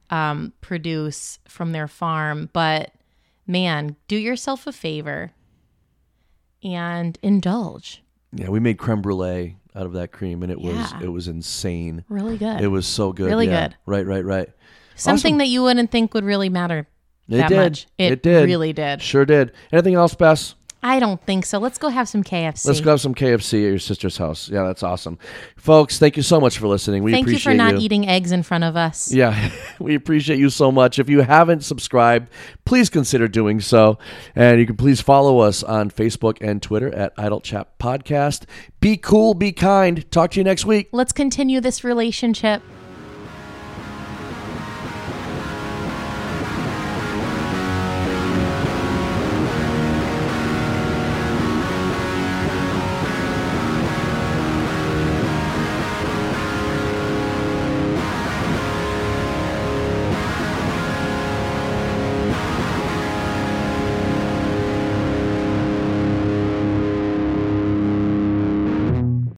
Speaker 2: um, produce from their farm. But man, do yourself a favor and indulge.
Speaker 1: Yeah, we made creme brulee out of that cream, and it was
Speaker 2: Yeah.
Speaker 1: it was insane.
Speaker 2: Really good.
Speaker 1: It was so good.
Speaker 2: Really
Speaker 1: yeah.
Speaker 2: good.
Speaker 1: Right, right, right.
Speaker 2: Something
Speaker 1: awesome.
Speaker 2: that you wouldn't think would really matter
Speaker 1: It
Speaker 2: that
Speaker 1: did.
Speaker 2: much. It,
Speaker 1: it did.
Speaker 2: really did.
Speaker 1: Sure did. Anything else, Bess?
Speaker 2: I don't think so. Let's go have some KFC.
Speaker 1: Let's grab some KFC at your sister's house. Yeah, that's awesome. Folks, thank you so much for listening. We
Speaker 2: Thank you
Speaker 1: appreciate
Speaker 2: for not eating eggs in front of us.
Speaker 1: Yeah, we appreciate you so much. If you haven't subscribed, please consider doing so. And you can please follow us on Facebook and Twitter at Idle Chat Podcast. Be cool, be kind. Talk to you next week.
Speaker 2: Let's continue this relationship.